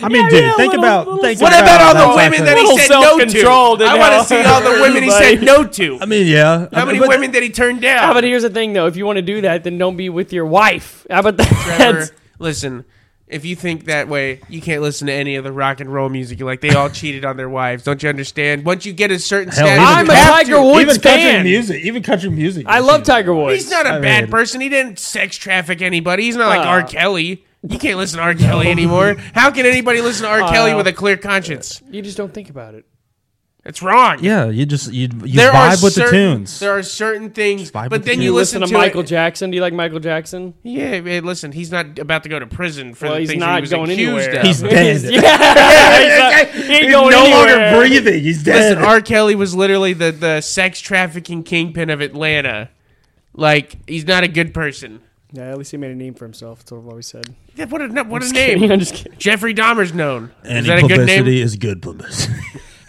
S2: I mean, dude,
S4: yeah,
S2: think
S4: little-
S2: about
S4: little-
S2: think
S3: What about all
S2: that's
S3: the
S2: actually-
S3: women that he
S4: Little
S3: said no to?
S4: self-control, didn't
S3: I want
S4: you?
S3: to see all the women he said no to.
S2: I mean, yeah. I
S3: How
S2: mean,
S3: many
S2: but-
S3: women did he turn down?
S4: How about here's the thing though? If you want to do that, then don't be with your wife. How about that?
S3: Trevor, listen, if you think that way, you can't listen to any of the rock and roll music. Like they all cheated on their wives. Don't you understand? Once you get a certain
S2: Hell,
S3: status,
S2: even-
S4: I'm a
S3: you have
S4: Tiger
S3: to.
S4: Woods
S5: Even country
S4: fan.
S5: music, even country music.
S4: I love Tiger Woods.
S3: He's not a
S2: I
S3: bad
S2: mean-
S3: person. He didn't sex traffic anybody. He's not like
S4: Uh.
S3: R. Kelly. You can't listen to R. Kelly anymore. How can anybody listen to R. Kelly with a clear conscience?
S4: you just don't think about it.
S3: It's wrong.
S2: Yeah, you just you, you
S3: There are
S2: vibe with
S3: certain,
S2: the tunes.
S3: There are certain things,
S2: vibe
S3: but
S2: with the
S3: then
S2: tunes.
S3: you
S4: You
S3: listen,
S4: listen, to Michael
S3: it-
S4: Jackson. Do you like Michael Jackson?
S3: Yeah, man, listen, he's not about to go to prison for
S4: Well,
S3: the
S4: he's
S3: things that
S4: not
S3: he was
S4: going
S3: accused
S4: anywhere.
S3: of.
S2: He's dead.
S4: yeah, he's, he ain't
S5: He's
S4: going
S5: no
S4: anywhere.
S5: longer breathing. He's dead.
S3: Listen, R. Kelly was literally the, the sex trafficking kingpin of Atlanta. Like, he's not a good person.
S4: Yeah, at least he made a name for himself. That's what I've always said.
S3: Yeah, What a, what a
S4: Kidding,
S3: name.
S4: I'm just kidding.
S3: Jeffrey Dahmer's known.
S2: Any
S3: is that a good
S2: publicity
S3: name?
S2: is good publicity.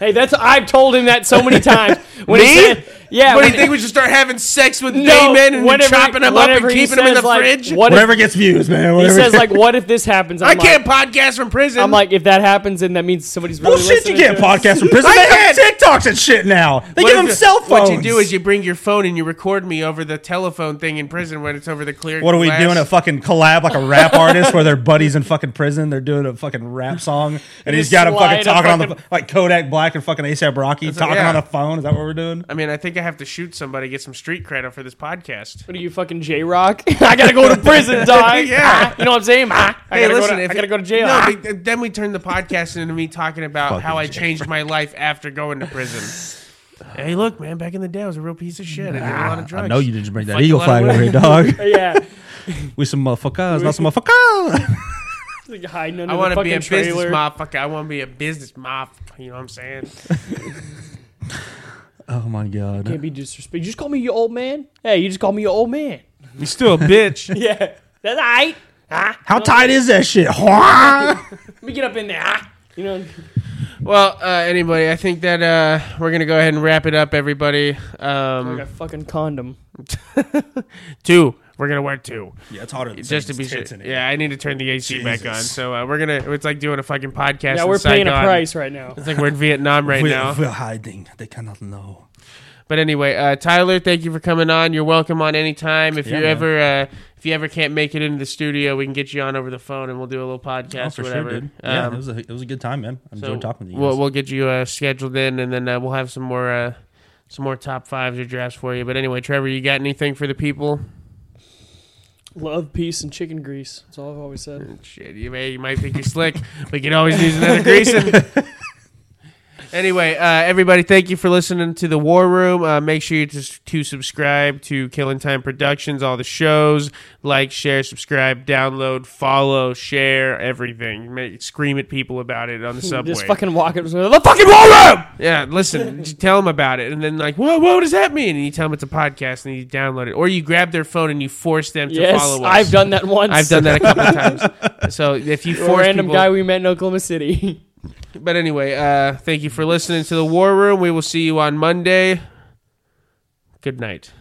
S4: Hey, that's I've told him that so many times. When
S3: Me?
S4: He said, yeah.
S3: What do
S4: when-
S3: you think? We should start having sex with
S4: no,
S3: gay men and
S4: whenever-
S3: chopping them up and
S4: whenever he
S3: keeping them in
S4: says,
S3: the
S4: like, What
S3: fridge?
S4: if,
S5: Whatever gets views, man.
S4: he
S5: Whatever
S4: says like, what if this happens? I'm
S3: I
S4: like,
S3: can't podcast from prison.
S4: I'm like, if that happens, then that means somebody's really
S5: Bullshit, you
S4: listening
S5: can't
S4: to us.
S5: podcast from prison.
S3: I
S5: They have
S3: can't.
S5: TikToks and shit now. They
S3: What
S5: give
S3: if
S5: them
S3: you-
S5: cell phones.
S3: What you do is you bring your phone and you record me over the telephone thing in prison when it's over the clear.
S5: What are we
S3: glass.
S5: doing? A fucking collab like a rap artist where their buddies in fucking prison. They're doing a fucking rap song, and he's
S4: just
S5: got him
S4: slide
S5: fucking
S4: a
S5: talking on the
S4: fucking-
S5: like Kodak Black and fucking ASAP Rocky talking
S3: yeah.
S5: on the phone. Is that what we're doing?
S3: I mean, I think I have to shoot somebody get some street credit for this podcast.
S4: What are you fucking J Rock? I gotta go to prison, dog.
S3: Yeah.
S4: Ah, you know what I'm saying? Ah, I
S3: Hey,
S4: gotta
S3: listen,
S4: go to,
S3: if
S4: I gotta
S3: it-
S4: go to jail.
S3: No,
S4: Ah.
S3: but th- then we turn the podcast into me talking about how I changed my life after going to prison. hey, look, man, back in the day, I was a real piece of shit. I did a lot of drugs.
S2: I know you didn't bring that
S3: Fucking
S2: eagle
S3: lot of
S2: flag over here,
S3: women.
S2: dog.
S4: yeah,
S2: We some motherfuckers, not some motherfuckers.
S4: Like hiding under
S3: I want
S4: the
S3: to be a
S4: fucking
S3: business
S4: trailer.
S3: motherfucker. I want to be a business motherfucker. You know what I'm saying?
S2: Oh my
S4: Can't
S2: god.
S4: be disrespectful. You just call me your old man. Hey, you just call me your old man.
S3: You still a bitch.
S4: Yeah, that's all right. Ah,
S5: How tight is that shit?
S4: let me get up in there. Ah. You know,
S3: well, uh, anyway, I think that uh, we're gonna go ahead and wrap it up, everybody. Um,
S4: like a fucking condom.
S3: Two. We're gonna wear two.
S5: yeah, it's harder than
S3: just to be sure. Yeah, I need to turn the AC back on.
S5: Jesus.
S3: So uh, we're gonna. It's like doing a fucking podcast.
S4: Yeah,
S3: in
S4: we're paying a
S3: Saigon.
S4: price right now.
S3: It's like we're in Vietnam right
S5: we're,
S3: now.
S5: we're hiding. They cannot know.
S3: But anyway, uh, Tyler, thank you for coming on. You're welcome on any time. If
S5: Yeah,
S3: you
S5: man.
S3: ever uh, if you ever can't make it into the studio, we can get you on over the phone and we'll do a
S5: Oh,
S3: little podcast or whatever.
S5: Yeah,
S3: Um,
S5: it was a it was a good time, man. I
S3: so
S5: enjoyed talking to you.
S3: We'll,
S5: guys.
S3: we'll get you uh, scheduled in, and then uh, we'll have some more uh, some more top fives or drafts for you. But anyway, Trevor, you got anything for the people?
S4: Love, peace, and chicken grease. That's all I've always said.
S3: Shit, you may you might think you're slick, but you can always use another greasing. anyway, uh, everybody, thank you for listening to the War Room. Uh, make sure you just to subscribe to Killing Time Productions, all the shows, like, share, subscribe, download, follow, share, everything. Make, scream at people about it on the subway.
S4: Just fucking walk up to the fucking war room.
S3: Yeah, listen, just tell them about it, and then like, whoa, what does that mean? And you tell them it's a podcast, and you download it, or you grab their phone and you force them to
S4: Yes,
S3: follow us.
S4: I've done that once.
S3: I've done that a couple of times. So if you
S4: A
S3: force
S4: random
S3: people,
S4: guy we met in Oklahoma City.
S3: But anyway, uh, thank you for listening to the War Room. We will see you on Monday. Good night.